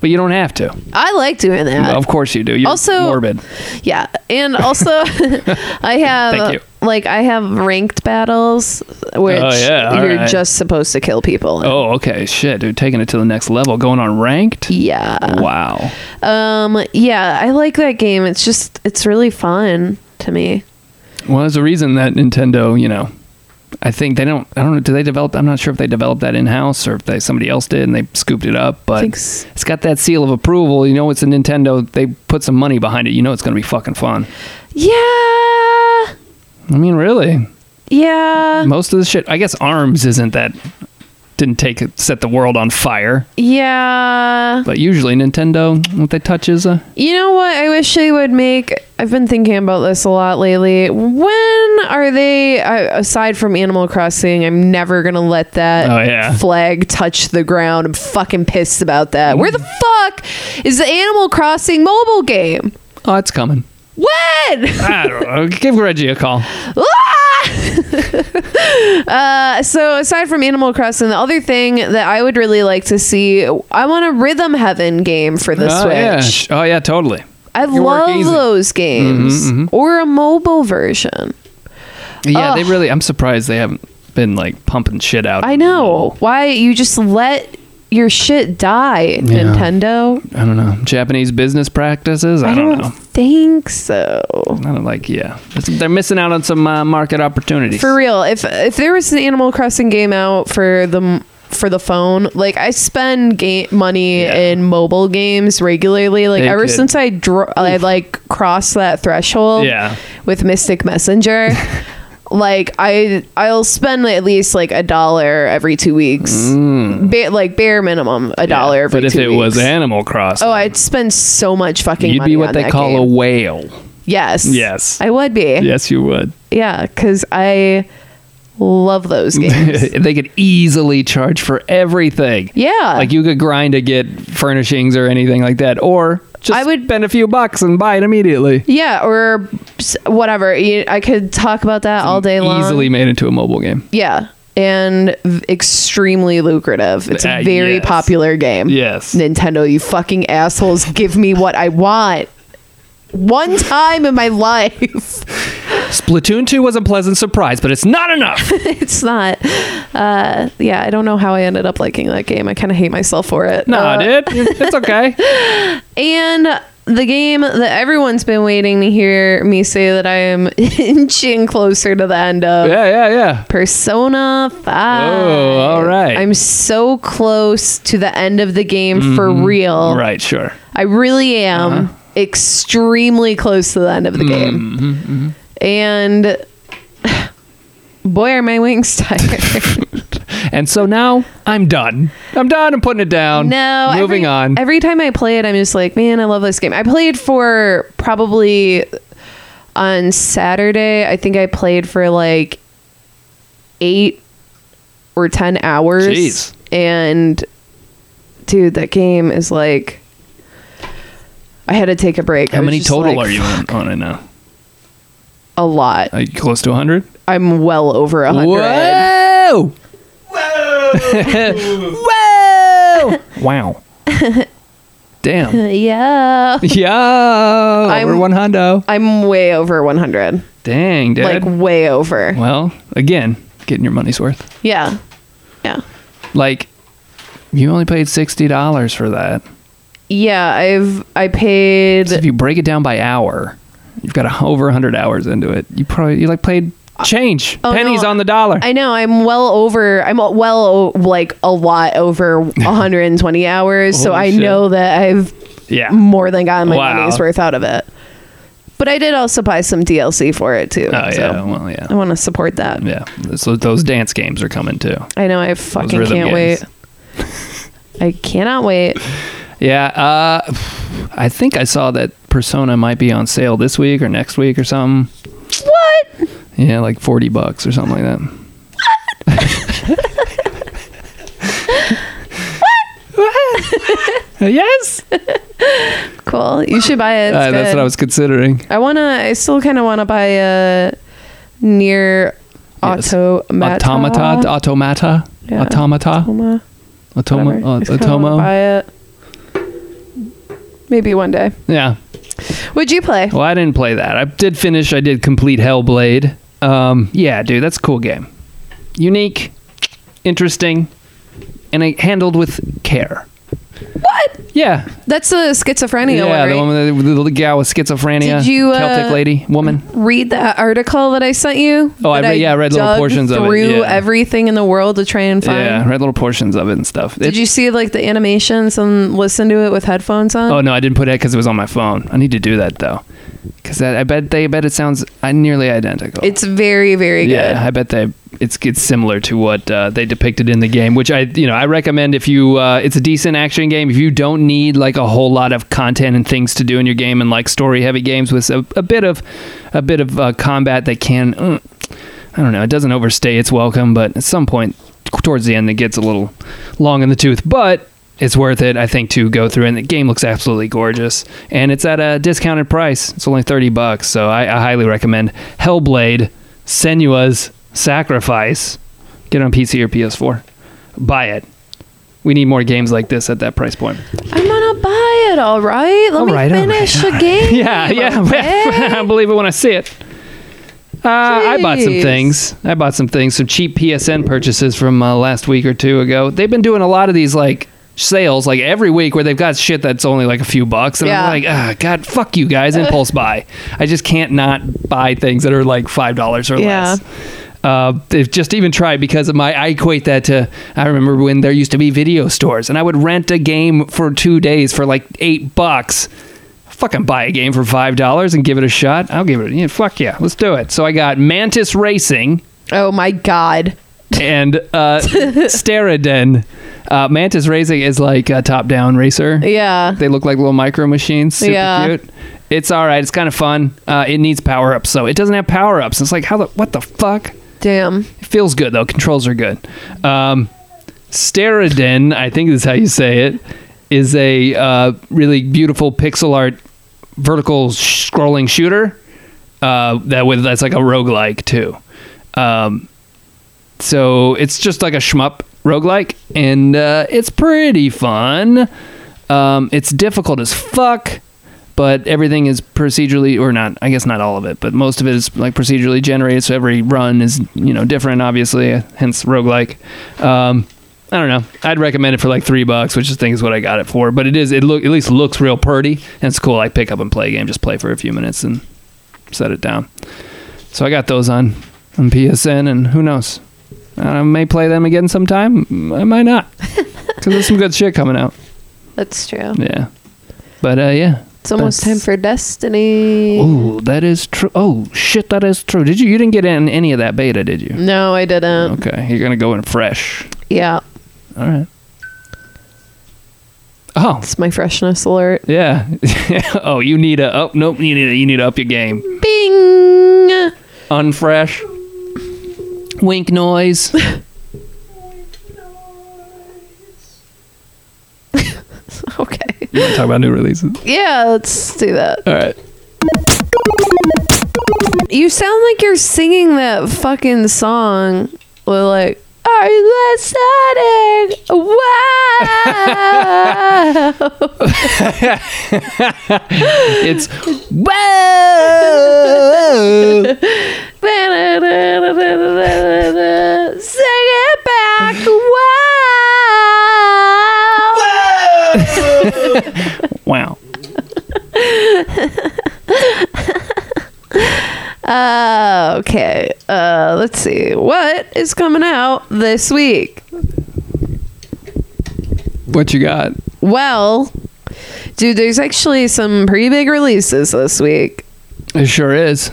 But you don't have to. I like doing that. of course you do. You're Uh, also- morbid. Yeah, and also I have Thank you. like I have ranked battles which Oh, yeah, all you're right. just supposed to kill people. in. Oh, okay. Shit, dude. Taking it to the next level. Going on ranked. Yeah. Wow. Um, yeah, I like that game. It's just it's really fun to me. Well, there's a reason that Nintendo, you know, I think they don't. I don't know. Do they develop? I'm not sure if they developed that in house or if they somebody else did and they scooped it up. But Thanks. it's got that seal of approval. You know, it's a Nintendo. They put some money behind it. You know, it's going to be fucking fun. Yeah. I mean, really, Yeah. most of the shit. I guess arms isn't that didn't take it, set the world on fire, Yeah. but usually Nintendo, what they touch is a You know what? I wish they would make. I've been thinking about this a lot lately. When are they, uh, aside from Animal Crossing, I'm never going to let that Oh, yeah. flag touch the ground. I'm fucking pissed about that. Where the fuck is the Animal Crossing mobile game? oh, it's coming. When? I don't know. Give Reggie a call. uh, so aside from Animal Crossing, the other thing that I would really like to see, I want a Rhythm Heaven game for the oh, Switch. yeah. Sh- Oh yeah, totally. I You work love easy. Mm-hmm, those games or a mobile version. Yeah, Ugh. they really. I'm surprised they haven't been like pumping shit out. I know. Why you just let your shit die, Nintendo? I don't know Japanese business practices. I, don't, know. think so. I don't like. Yeah, It's- they're missing out on some uh, market opportunities. For real, if if there was an Animal Crossing game out for the for the phone, like I spend game money Yeah. in mobile games regularly. Like They ever could- since I dro- I like crossed that threshold Yeah. with Mystic Messenger. like I I'll spend at least like a dollar every two weeks, ba- like bare minimum a Mm. Yeah. dollar every But if two it weeks. was Animal Crossing, Oh, I'd spend so much fucking you'd money. be what on they that call a game. whale. Yes. Yes. I would be. Yes, you would. Yeah, because I love those games. they could easily charge for everything. yeah. Like you could grind to get furnishings or anything like that, or just I would- spend a few bucks and buy it immediately. yeah, or s- whatever. You- I could talk about that all day long. Easily made into a mobile game. Yeah. And v- extremely lucrative. It's a Uh, very yes. popular game. Yes. Nintendo, you fucking assholes, give me what I want. One time in my life. Splatoon 2 was a pleasant surprise, but it's not enough. it's not. Uh, yeah, I don't know how I ended up liking that game. I kind of hate myself for it. nah, Uh, dude. It's okay. And the game that everyone's been waiting to hear me say that I am inching closer to the end of. Yeah, yeah, yeah. Persona 5. Oh, all right. I'm so close to the end of the game for real. Mm-hmm. Right, Uh-huh. sure. I really am extremely close to the end of the game. Mm-hmm, And boy, are my wings tired. And so now I'm done. I'm done. I'm putting it down. No, Moving every, on. Every time I play it, I'm just like, man, I love this game. I played for probably on Saturday. I think I played for like eight or ten hours. Jeez. And dude, that game is like, I had to take a break. I How was many just total like, are you on, on it now? A lot. Are you close to 100? I'm well over a hundred. Whoa! Whoa! Whoa! wow. Damn. Yeah. Yo, over I'm- one hundo. I'm way over 100. Dang, dude. Like way over. well, again, getting your money's worth. Yeah. Yeah. Like, you only paid sixty dollars for that. Yeah, I've I paid So if you break it down by hour, you've got a, over hundred hours into it. You probably you like played change Oh, pennies no, on the dollar. I know I'm well over. I'm well like a lot over 120 hours, so Holy I shit. know that I've yeah, more than gotten my Wow. money's worth out of it. But I did also buy some DLC for it too. Oh so yeah. Well yeah. I want to support that. Yeah. So those dance games are coming too. I know I fucking rhythm can't games. wait. I cannot wait. Yeah. Uh, I think I saw that Persona might be on sale this week or next week or something. What? Yeah, like forty bucks or something like that. What? yes, Cool. You should buy it. It's Uh, that's good. what I was considering. I wanna. I still kind of wanna buy a near Yes. automata. Automata, automata, Yeah. automata, Automa. automa, Whatever. I just uh, kinda wanna automo. Buy it. Maybe one day. Yeah. Would you play? Well, I didn't play that. I did finish. I did complete Hellblade. Um, yeah, dude, that's a cool game. Unique, interesting, and it handled with care. What? Yeah, That's the schizophrenia yeah, one, the right? woman, that- the, the gal with schizophrenia, Did you, uh, Celtic lady, woman. read that article that I sent you. Oh, I that read- yeah, I read little dug portions of it, Through yeah. everything in the world to try and find. Yeah, read little portions of it and stuff. Did you see like the animations and listen to it with headphones on? Oh no, I didn't put it because it was on my phone. I need to do that though, because I, I bet they I bet it sounds uh, nearly identical. It's very, very yeah, I bet they it's it's similar to what uh, they depicted in the game, which I you know I recommend if you uh, it's a decent action game. If you don't need like a whole lot of content and things to do in your game and like story heavy games with a, a bit of a bit of uh, combat that can mm, I don't know it doesn't overstay its welcome, but at some point towards the end it gets a little long in the tooth, but. It's worth it, I think, to go through, and the game looks absolutely gorgeous, and it's at a discounted price. It's only thirty bucks, so I, I highly recommend Hellblade: Senua's Sacrifice. Get it on PC or PS4. Buy it. We need more games like this at that price point. good. I'm gonna buy it. All right, let All me right, all finish right, the game. Yeah, yeah. okay? I believe it when I see it. Uh, I bought some Jeez. things. I bought some things. Some cheap PSN purchases from uh, last week or two ago. They've been doing a lot of these like sales, like every week, where they've got shit that's only like a few bucks, and Yeah. I'm like, ah, God, fuck you guys, impulse buy. I just can't not buy things that are like five dollars or Yeah. less. Uh, they've just even tried because of my. I equate that to. I remember when there used to be video stores, and I would rent a game for two days for like eight bucks. Fucking buy a game for five dollars and give it a shot. I'll give it. A, yeah, fuck yeah, let's do it. So I got Mantis Racing Oh my god. and uh, Steridon. Uh, Mantis Racing is like a top-down racer. Yeah. They look like little micro machines. Super Yeah. cute. It's all right. It's kind of fun. Uh, it needs power ups, so it doesn't have power ups. It's like how the what the fuck? Damn. It feels good though. Controls are good. Um, Steridin, I think is how you say it, is a uh, really beautiful pixel art vertical sh- scrolling shooter. Uh, that with that's like a roguelike too. Um, so it's just like a shmup roguelike, and uh, it's pretty fun. Um, it's difficult as fuck, but everything is procedurally, or not, I guess not all of it, but most of it is like procedurally generated, so every run is, you know, different, obviously, hence roguelike. Um, I don't know. I'd recommend it for like three bucks, which I think is what I got it for. But it is, it look at least looks real pretty, and it's cool. I pick up and play a game, just play for a few minutes and set it down. So I got those on on PSN, and who knows? I may play them again sometime. I might not, because there's some good shit coming out. That's true. Yeah, but uh, yeah. It's almost time That's- for Destiny. Oh, that is true. Oh shit, that is true. Did you? You didn't get in any of that beta, did you? No, I didn't. Okay, you're gonna go in fresh. Yeah. All right. Oh It's my freshness alert. yeah. oh, you need a. Oh nope. You need a, you need to up your game. Bing. Unfresh. Wink noise. Okay. Talk about new releases. Yeah, let's do that. All right. You sound like you're singing that fucking song. With like, are you listening? Wow. It's Whoa. Sing it back. Wow. wow. Uh, okay. Uh, let's see. What is coming out this week? What you got? Well, dude, there's actually some pretty big releases this week. It sure is.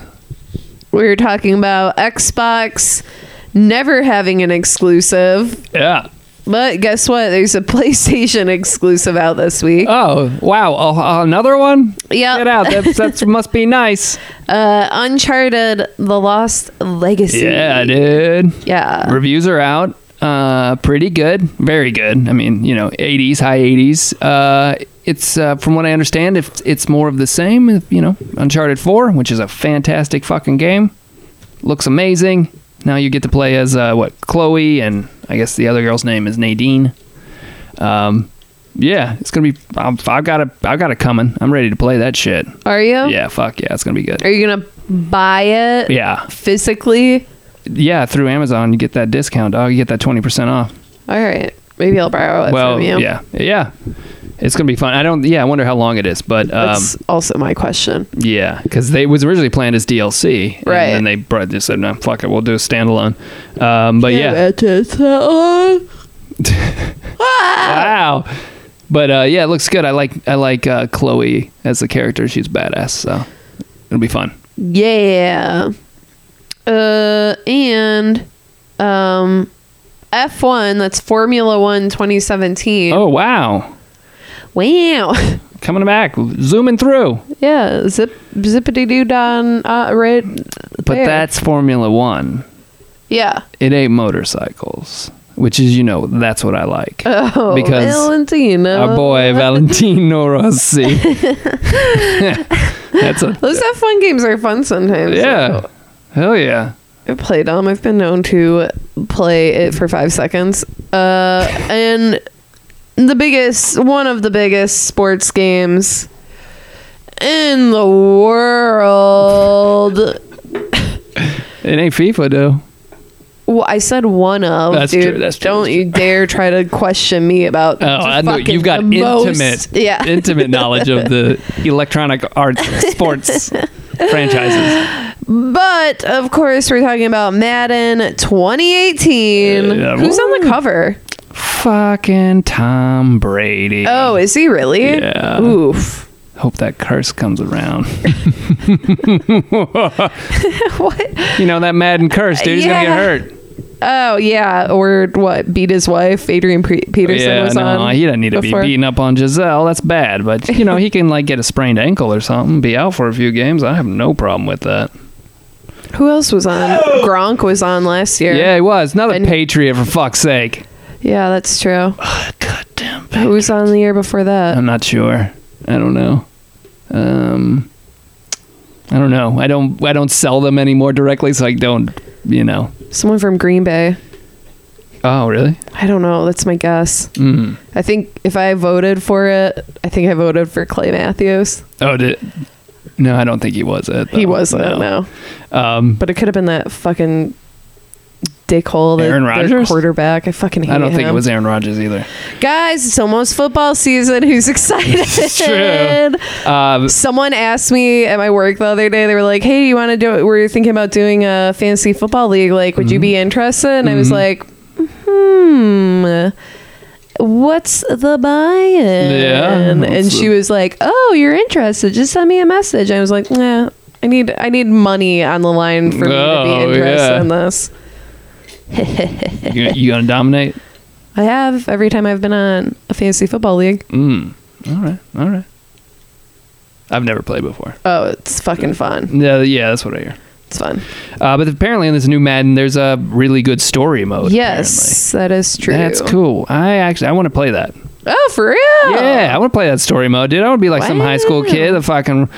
We were talking about Xbox never having an exclusive, Yeah. but guess what? There's a PlayStation exclusive out this week. Oh wow! Oh, another one. Yep. Get out. That's that's must be nice. Uh, Uncharted: The Lost Legacy. Yeah, dude. Yeah. Reviews are out. Uh, pretty good. Very good. I mean, you know, 80s, high 80s. Uh, it's uh, from what I understand, if it's more of the same, if, you know, Uncharted 4, which is a fantastic fucking game. Looks amazing. Now you get to play as uh, what Chloe and I guess the other girl's name is Nadine. Um, yeah, it's gonna be. I've, I've got it. I've got it coming. I'm ready to play that shit. Are you? Yeah, fuck yeah, it's gonna be good. Are you gonna buy it Yeah, physically? yeah. Through Amazon, you get that discount. Oh, you get that twenty percent off. All right. Maybe I'll borrow it well, from you. yeah, yeah. It's gonna be fun. I don't. Yeah, I wonder how long it is, but um, That's also my question. yeah, because they it was originally planned as DLC, and Right. then they brought, just said, "No, fuck it, we'll do a standalone." Um, but yeah, wow. But uh, yeah, it looks good. I like I like uh, Chloe as the character. She's badass, so it'll be fun. Yeah. Uh, and um, F1, that's Formula One 2017. Oh wow, Wow. coming back, zooming through. yeah. Zip, zippity doo don, uh, right. But there. that's Formula One. Yeah. It ain't motorcycles, which is you know that's what I like. Oh, Because Valentino. Our boy Valentino Rossi. that's a Those F1 games are fun sometimes. yeah, hell yeah. I played them. I've been known to play it for five seconds. Uh, and the biggest, one of the biggest sports games in the world. It ain't FIFA though. Well, I said one of. That's dude. true, that's true, Don't that's you dare try to question me about. Oh, I know fucking you've got the most- intimate, Yeah. intimate knowledge of the electronic arts sports franchises. But of course, we're talking about Madden 2018. Yeah. Who's on the cover? Fucking Tom Brady. Oh, is he really? Yeah. Oof. Hope that curse comes around. what? You know that Madden curse, dude. He's gonna Yeah. get hurt. Oh yeah, or what? Beat his wife. Adrian Pre- Peterson yeah, was no, on. he doesn't need to before. be beating up on Giselle. That's bad. But you know he can like get a sprained ankle or something, be out for a few games. I have no problem with that. Who else was on? Gronk was on last year. Yeah, he was another And- patriot for fuck's sake. Yeah, that's true. God damn. Who was on the year before that? I'm not sure. I don't know. Um, I don't know. I don't. I don't sell them anymore directly, so I don't. You know. Someone from Green Bay. Oh, really? I don't know. That's my guess. Mm. I think if I voted for it, I think I voted for Clay Matthews. Oh, did. No, I don't think he was it. he though. wasn't. No. Um, but it could have been that fucking dickhole, that Aaron their Rodgers? quarterback. I fucking hate I don't him. think it was Aaron Rodgers either. Guys, it's almost football season. Who's excited? It's true. Um, Someone asked me at my work the other day. They were like, "Hey, you want to do? it? We're thinking about doing a fantasy football league. Like, would you be Mm-hmm. interested?" And I was like, "Hmm, what's the buy-in?" Yeah, and what's she the- was like, "Oh, you're interested? Just send me a message." I was like, "Yeah, I need I need money on the line for me Oh, to be interested yeah. in this. you, you gonna dominate? I have every time I've been on a fantasy football league. Mm. All right. All right. I've never played before. Oh, it's fucking fun. Yeah, yeah, that's what I hear. It's fun. Uh, but apparently, in this new Madden, there's a really good story mode. Oh, apparently. Yes, that is true. That's cool. I actually I want to play that. Oh, for real? Yeah, I want to play that story mode, dude. I want to be like some high school Wow. kid that fucking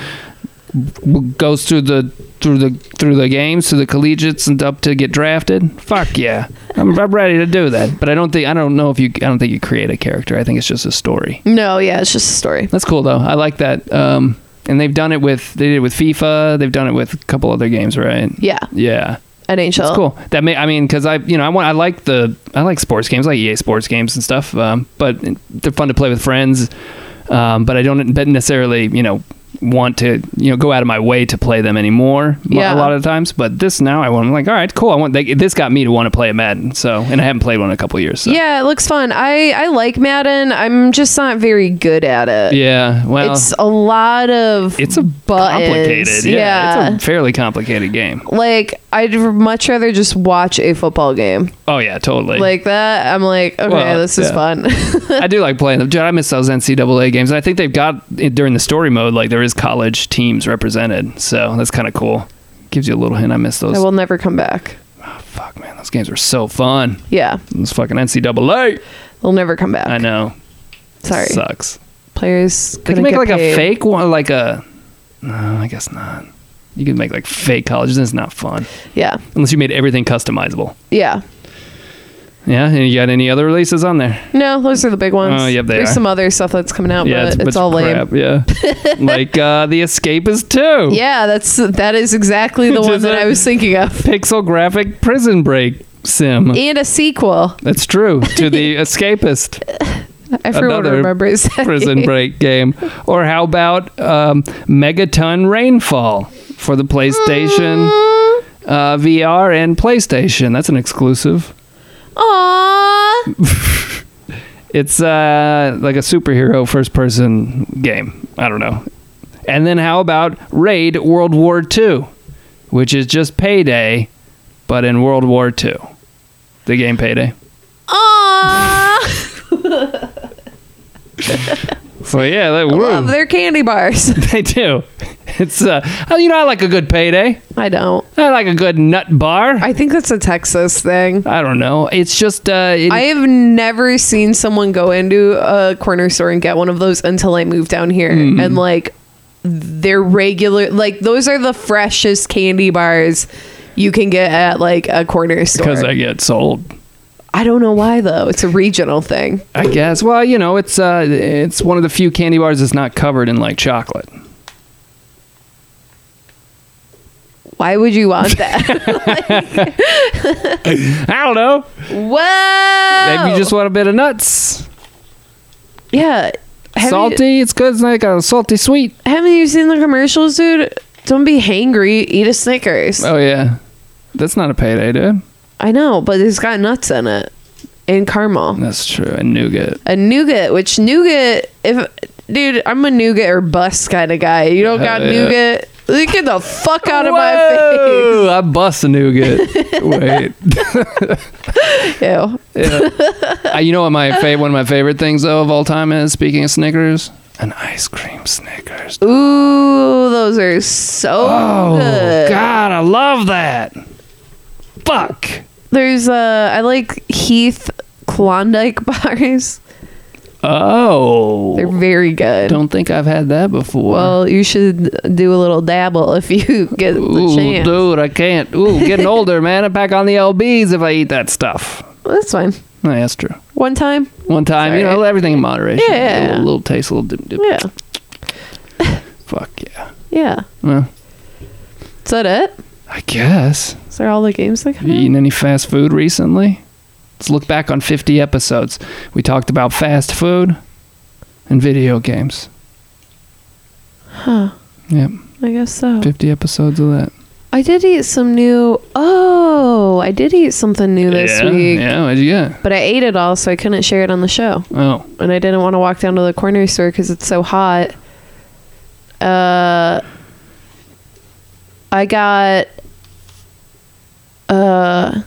goes through the through the through the games, through the collegiates, and up to get drafted. Fuck yeah, I'm, I'm ready to do that. But I don't think I don't know if you I don't think you create a character. I think it's just a story. No, yeah, it's just a story. That's cool though. I like that. Um, and they've done it with they did it with FIFA. They've done it with a couple other games, right? Yeah, Yeah. NHL. That's cool. That may I mean because I you know I want I like the I like sports games I like EA sports games and stuff. Um, but they're fun to play with friends. Um, but I don't but necessarily you know want to you know go out of my way to play them anymore. a- Yeah. A lot of times, but this now I want. I'm like all right, cool. I want they, this got me to want to play a Madden. So and I haven't played one in a couple years. So. Yeah, it looks fun. I I like Madden. I'm just not very good at it. Yeah. Well. It's a lot of it's a buttons. complicated. Yeah, It's a fairly complicated game. like I'd much rather just watch a football game Oh yeah, totally. like that. I'm like, okay, Well, this is yeah. fun. I do like playing them. Dude, I miss those NCAA games. And I think they've got it during the story mode, like there is college teams represented. So that's kind of cool. Gives you a little hint. I miss those. I will never come back. Fuck, man. Those games were so fun. Yeah, Those fucking NCAA. they'll never come back. I know. Sorry, Sucks. players. They couldn't can make get like paid. a fake one, like a. No, I guess not. You could make like fake colleges. and It's not fun. Yeah, Unless you made everything customizable. yeah. Yeah. And you got any other releases on there? No, those are the big ones. Oh, yep, they There's are. some other stuff that's coming out, but it's, all lame. crap, Yeah. like uh, The Escape is two. Yeah, that's that is exactly the one Just that a- I was thinking of. pixel graphic prison break sim. and a sequel. That's true to the Escapist. Everyone Another remembers that. prison break game. Or how about um, Megaton Rainfall for the PlayStation uh, VR and PlayStation? That's an exclusive. Aww. It's uh, like a superhero first person game. I don't know. And then how about Raid World War II, which is just Payday, but in World War II? The game Payday. Aww. So yeah, that Love their candy bars. they do. It's uh, oh, you know, I like a good payday. I don't. I like a good nut bar. I think that's a Texas thing. I don't know. It's just uh, it, I have never seen someone go into a corner store and get one of those until I moved down here. Mm-hmm. And like they're regular like those are the freshest candy bars you can get at like a corner store. because I get sold. I don't know why though. It's a regional thing. I guess. Well, you know, it's uh, it's one of the few candy bars that's not covered in like chocolate. Why would you want that? I don't know. Whoa! Maybe you just want a bit of nuts. yeah. Have You, salty. it's good. It's like a salty sweet. haven't you seen the commercials, dude? Don't be hangry. Eat a Snickers. Oh yeah, that's not a payday, dude. I know, but it's got nuts in it and caramel. That's true. And nougat. A nougat, which nougat, if dude, I'm a nougat or bust kind of guy. You don't got Hell yeah. nougat. Get the fuck out of my Whoa! I bust a nougat. Wait. face. Ew. Uh, you know what my fa- one of my favorite things though of all time is speaking of Snickers, an ice cream Snickers. Ooh, those are so Oh good. God, I love that. Fuck. There's uh I like Heath Klondike bars. Oh, They're very good. don't think I've had that before. well, you should do a little dabble if you get the Ooh, chance. dude, I can't. Ooh, getting older, man. I'm back on the lbs if I eat that stuff. That's fine. No, that's true. One time. One time, you Sorry. know, everything in moderation. Yeah. a little, little taste, a little dip, dip. Yeah. Fuck yeah. Yeah. Well, Is that it? I guess. Is that all the games that Have you come out? eaten any fast food recently? Let's look back on 50 episodes. We talked about fast food and video games. Huh. Yep, I guess so. 50 episodes of that. I did eat some new. Oh, I did eat something new this yeah, week. Yeah, what'd you get? But I ate it all, so I couldn't share it on the show. Oh, And I didn't want to walk down to the corner store because it's so hot. Uh, I got. Uh,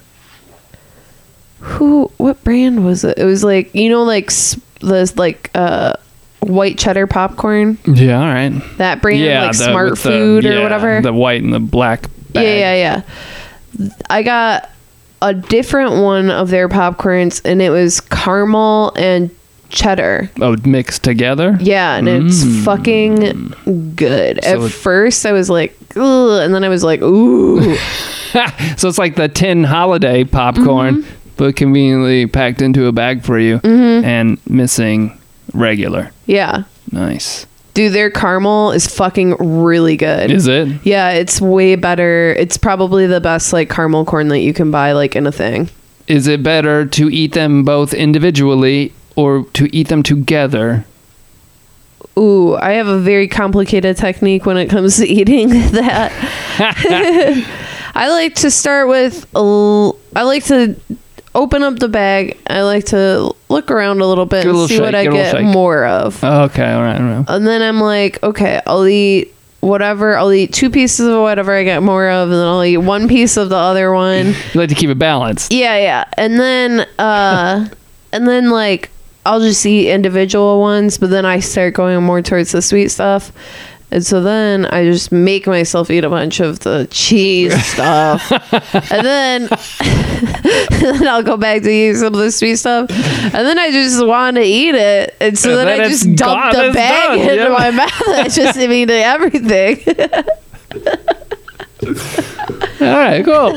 who? What brand was it? It was like you know, like s- this, like uh, white cheddar popcorn. yeah, all right. That brand, yeah, like the- Smart with the- Food or yeah, whatever. The white and the black. Bag. Yeah, yeah, yeah. I got a different one of their popcorns, and it was caramel and cheddar. Oh, mixed together? Yeah, and it's fucking good. Mm. So At it- first, I was like, Ugh, and then I was like, ooh, so it's like the tin holiday popcorn, but conveniently packed into a bag for you and missing regular. yeah. Nice. Dude, their caramel is fucking really good. Is it? yeah, it's way better. It's probably the best like caramel corn that you can buy like in a thing. Is it better to eat them both individually or to eat them together? Ooh, I have a very complicated technique when it comes to eating that. I like to start with a l- I like to open up the bag. I like to look around a little bit Give it a and little see what shake, I give it a get little shake. more of. Oh, okay, all right, all right. And then I'm like, okay, I'll eat whatever. I'll eat two pieces of whatever I get more of, and then I'll eat one piece of the other one. You like to keep it balanced. Yeah, yeah. And then uh and then like I'll just eat individual ones, but then I start going more towards the sweet stuff. And so then I just make myself eat a bunch of the cheese stuff. and then and then I'll go back to eat some of the sweet stuff. And then I just want to eat it. And so And then, then I it's just dump gone. the It's bag done. into Yeah. my mouth. I just eat everything. All right, cool.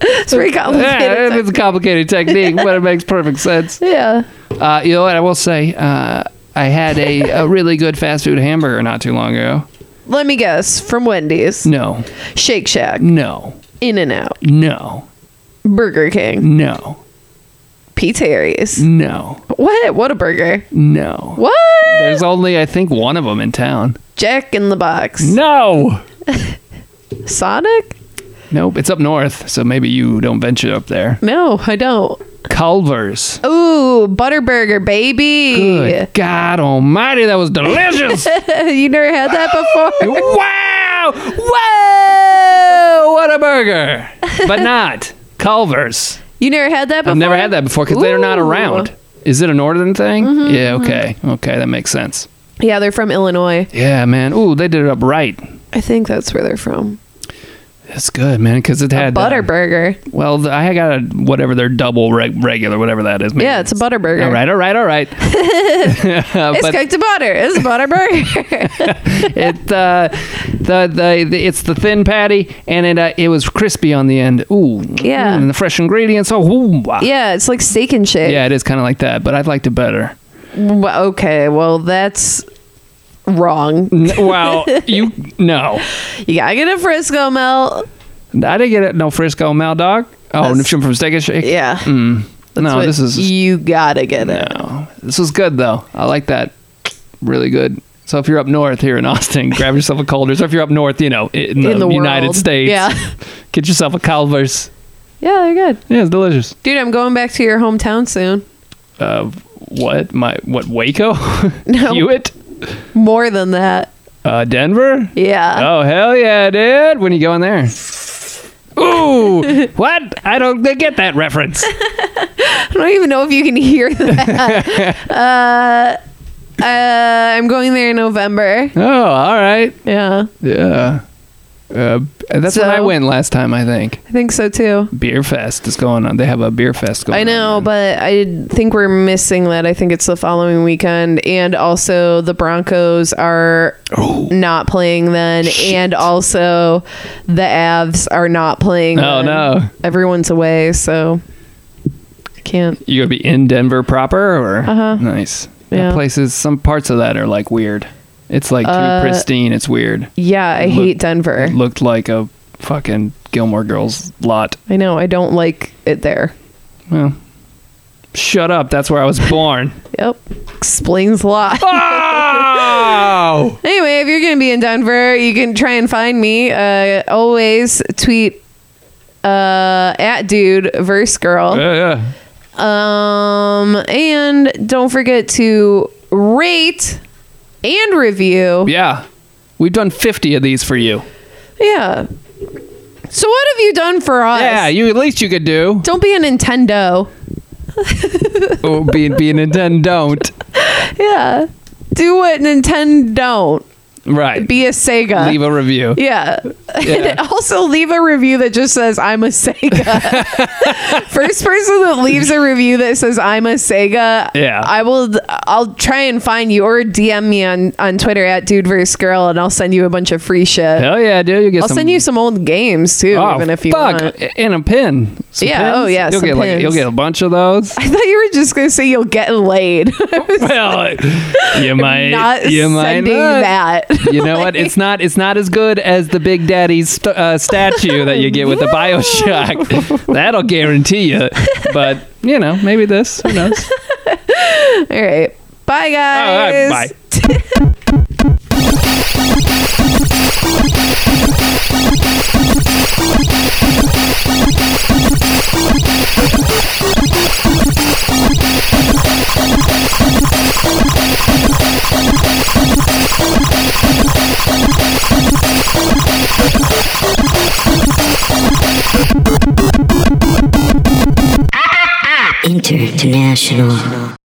it's pretty complicated. yeah, it's a complicated technique, but it makes perfect sense. yeah. Uh, you know what? I will say, uh, I had a, a really good fast food hamburger not too long ago. Let me guess. From Wendy's. No, Shake Shack. no, In and out. no. Burger King, No. P-Terry's. No. What? What a burger! No. What? There's only I think one of them in town. Jack in the Box, No. Sonic? Nope, it's up north, so maybe you don't venture up there. No, I don't. Culver's. Ooh, Butterburger, baby. Good God Almighty, that was delicious! you never had that before. wow! Whoa! What a burger! But not Culver's. You never had that before. I've never had that before because they're not Ooh. around. Is it a northern thing? yeah. Okay. Okay, that makes sense. Yeah, they're from Illinois. Yeah, man. Ooh, they did it up right. I think that's where they're from. That's good, man, because it had uh, Butterburger. well, th- I got a whatever their double reg- regular, whatever that is. Maybe yeah, it's a Butterburger. All right, all right, all right. Uh, It's but- cooked to butter. It's a Butterburger. it uh, the, the the it's the thin patty and it uh, it was crispy on the end. Ooh, Yeah. mm, and the fresh ingredients. Oh, ooh, wow. yeah, it's like steak and shit. yeah, it is kind of like that, but I liked it better. Well, okay, well that's wrong. N- well, you no, You gotta get a Frisco melt. I didn't get it. No Frisco Mal dog. Oh, That's- from from Steak and Shake. Yeah. Mm. That's no, what this is you gotta get it. no, this was good though. I like that. Really good. So if you're up north here in Austin, grab yourself a Culver's. Or if you're up north, you know, in the, In the United world. States, Yeah. get yourself a Culver's. Yeah, they're good. Yeah, it's delicious. Dude, I'm going back to your hometown soon. uh, what my what Waco, No. Hewitt, More than that. uh, Denver. Yeah. Oh hell yeah, dude! When you going there? Ooh, what? I don't get that reference. I don't even know if you can hear that. uh, uh, I'm going there in November. Oh, all right. Yeah, Yeah. Uh, that's when I So- went last time. I think I think so too. beer fest is going on. They have a beer fest going. I know, on. but I think we're missing that. I think it's the following weekend, and also the Broncos are not playing then, and also the Avs are not playing. Oh, then. no. everyone's away, so I can't. you gonna be in Denver proper or nice. Uh-huh. Yeah. That places some parts of that are like weird. It's like too Uh, pristine. It's weird. Yeah, I Look- hate Denver. It looked like a fucking Gilmore Girls lot. I know. I don't like it there. Well, shut up. That's where I was born. Yep, explains a lot. Ah! oh! Anyway, if you're going to be in Denver, you can try and find me. Uh, always tweet uh, at dude verse girl. Yeah, yeah. Um, and don't forget to rate and review. Yeah. We've done 50 of these for you. Yeah. So what have you done for us? Yeah, you at least you could do. don't be a Nintendo. oh, be, be a Nintendo don't. Yeah. Do what Nintendo don't. Right. Be uh, a Sega. Leave a review. Yeah. Yeah. And also leave a review that just says I'm a Sega. First person that leaves a review that says I'm a Sega, Yeah. I will I'll try and find you or DM me on on Twitter at dude versus girl and I'll send you a bunch of free shit. Hell yeah, dude. You get uh, I'll some, send you some old games too, Oh, even if you fuck. want. And a pin. Some Yeah, pins? oh, yeah, You'll some get like pins. you'll get a bunch of those. I thought you were just gonna say you'll get laid. well, you might Not you might sending not. that. You know what? It's not. It's not as good as the Big Daddy's st- uh, statue that you get with the Bioshock. That'll guarantee you. But you know, maybe this. Who knows? All right. Bye guys. All right, bye. International.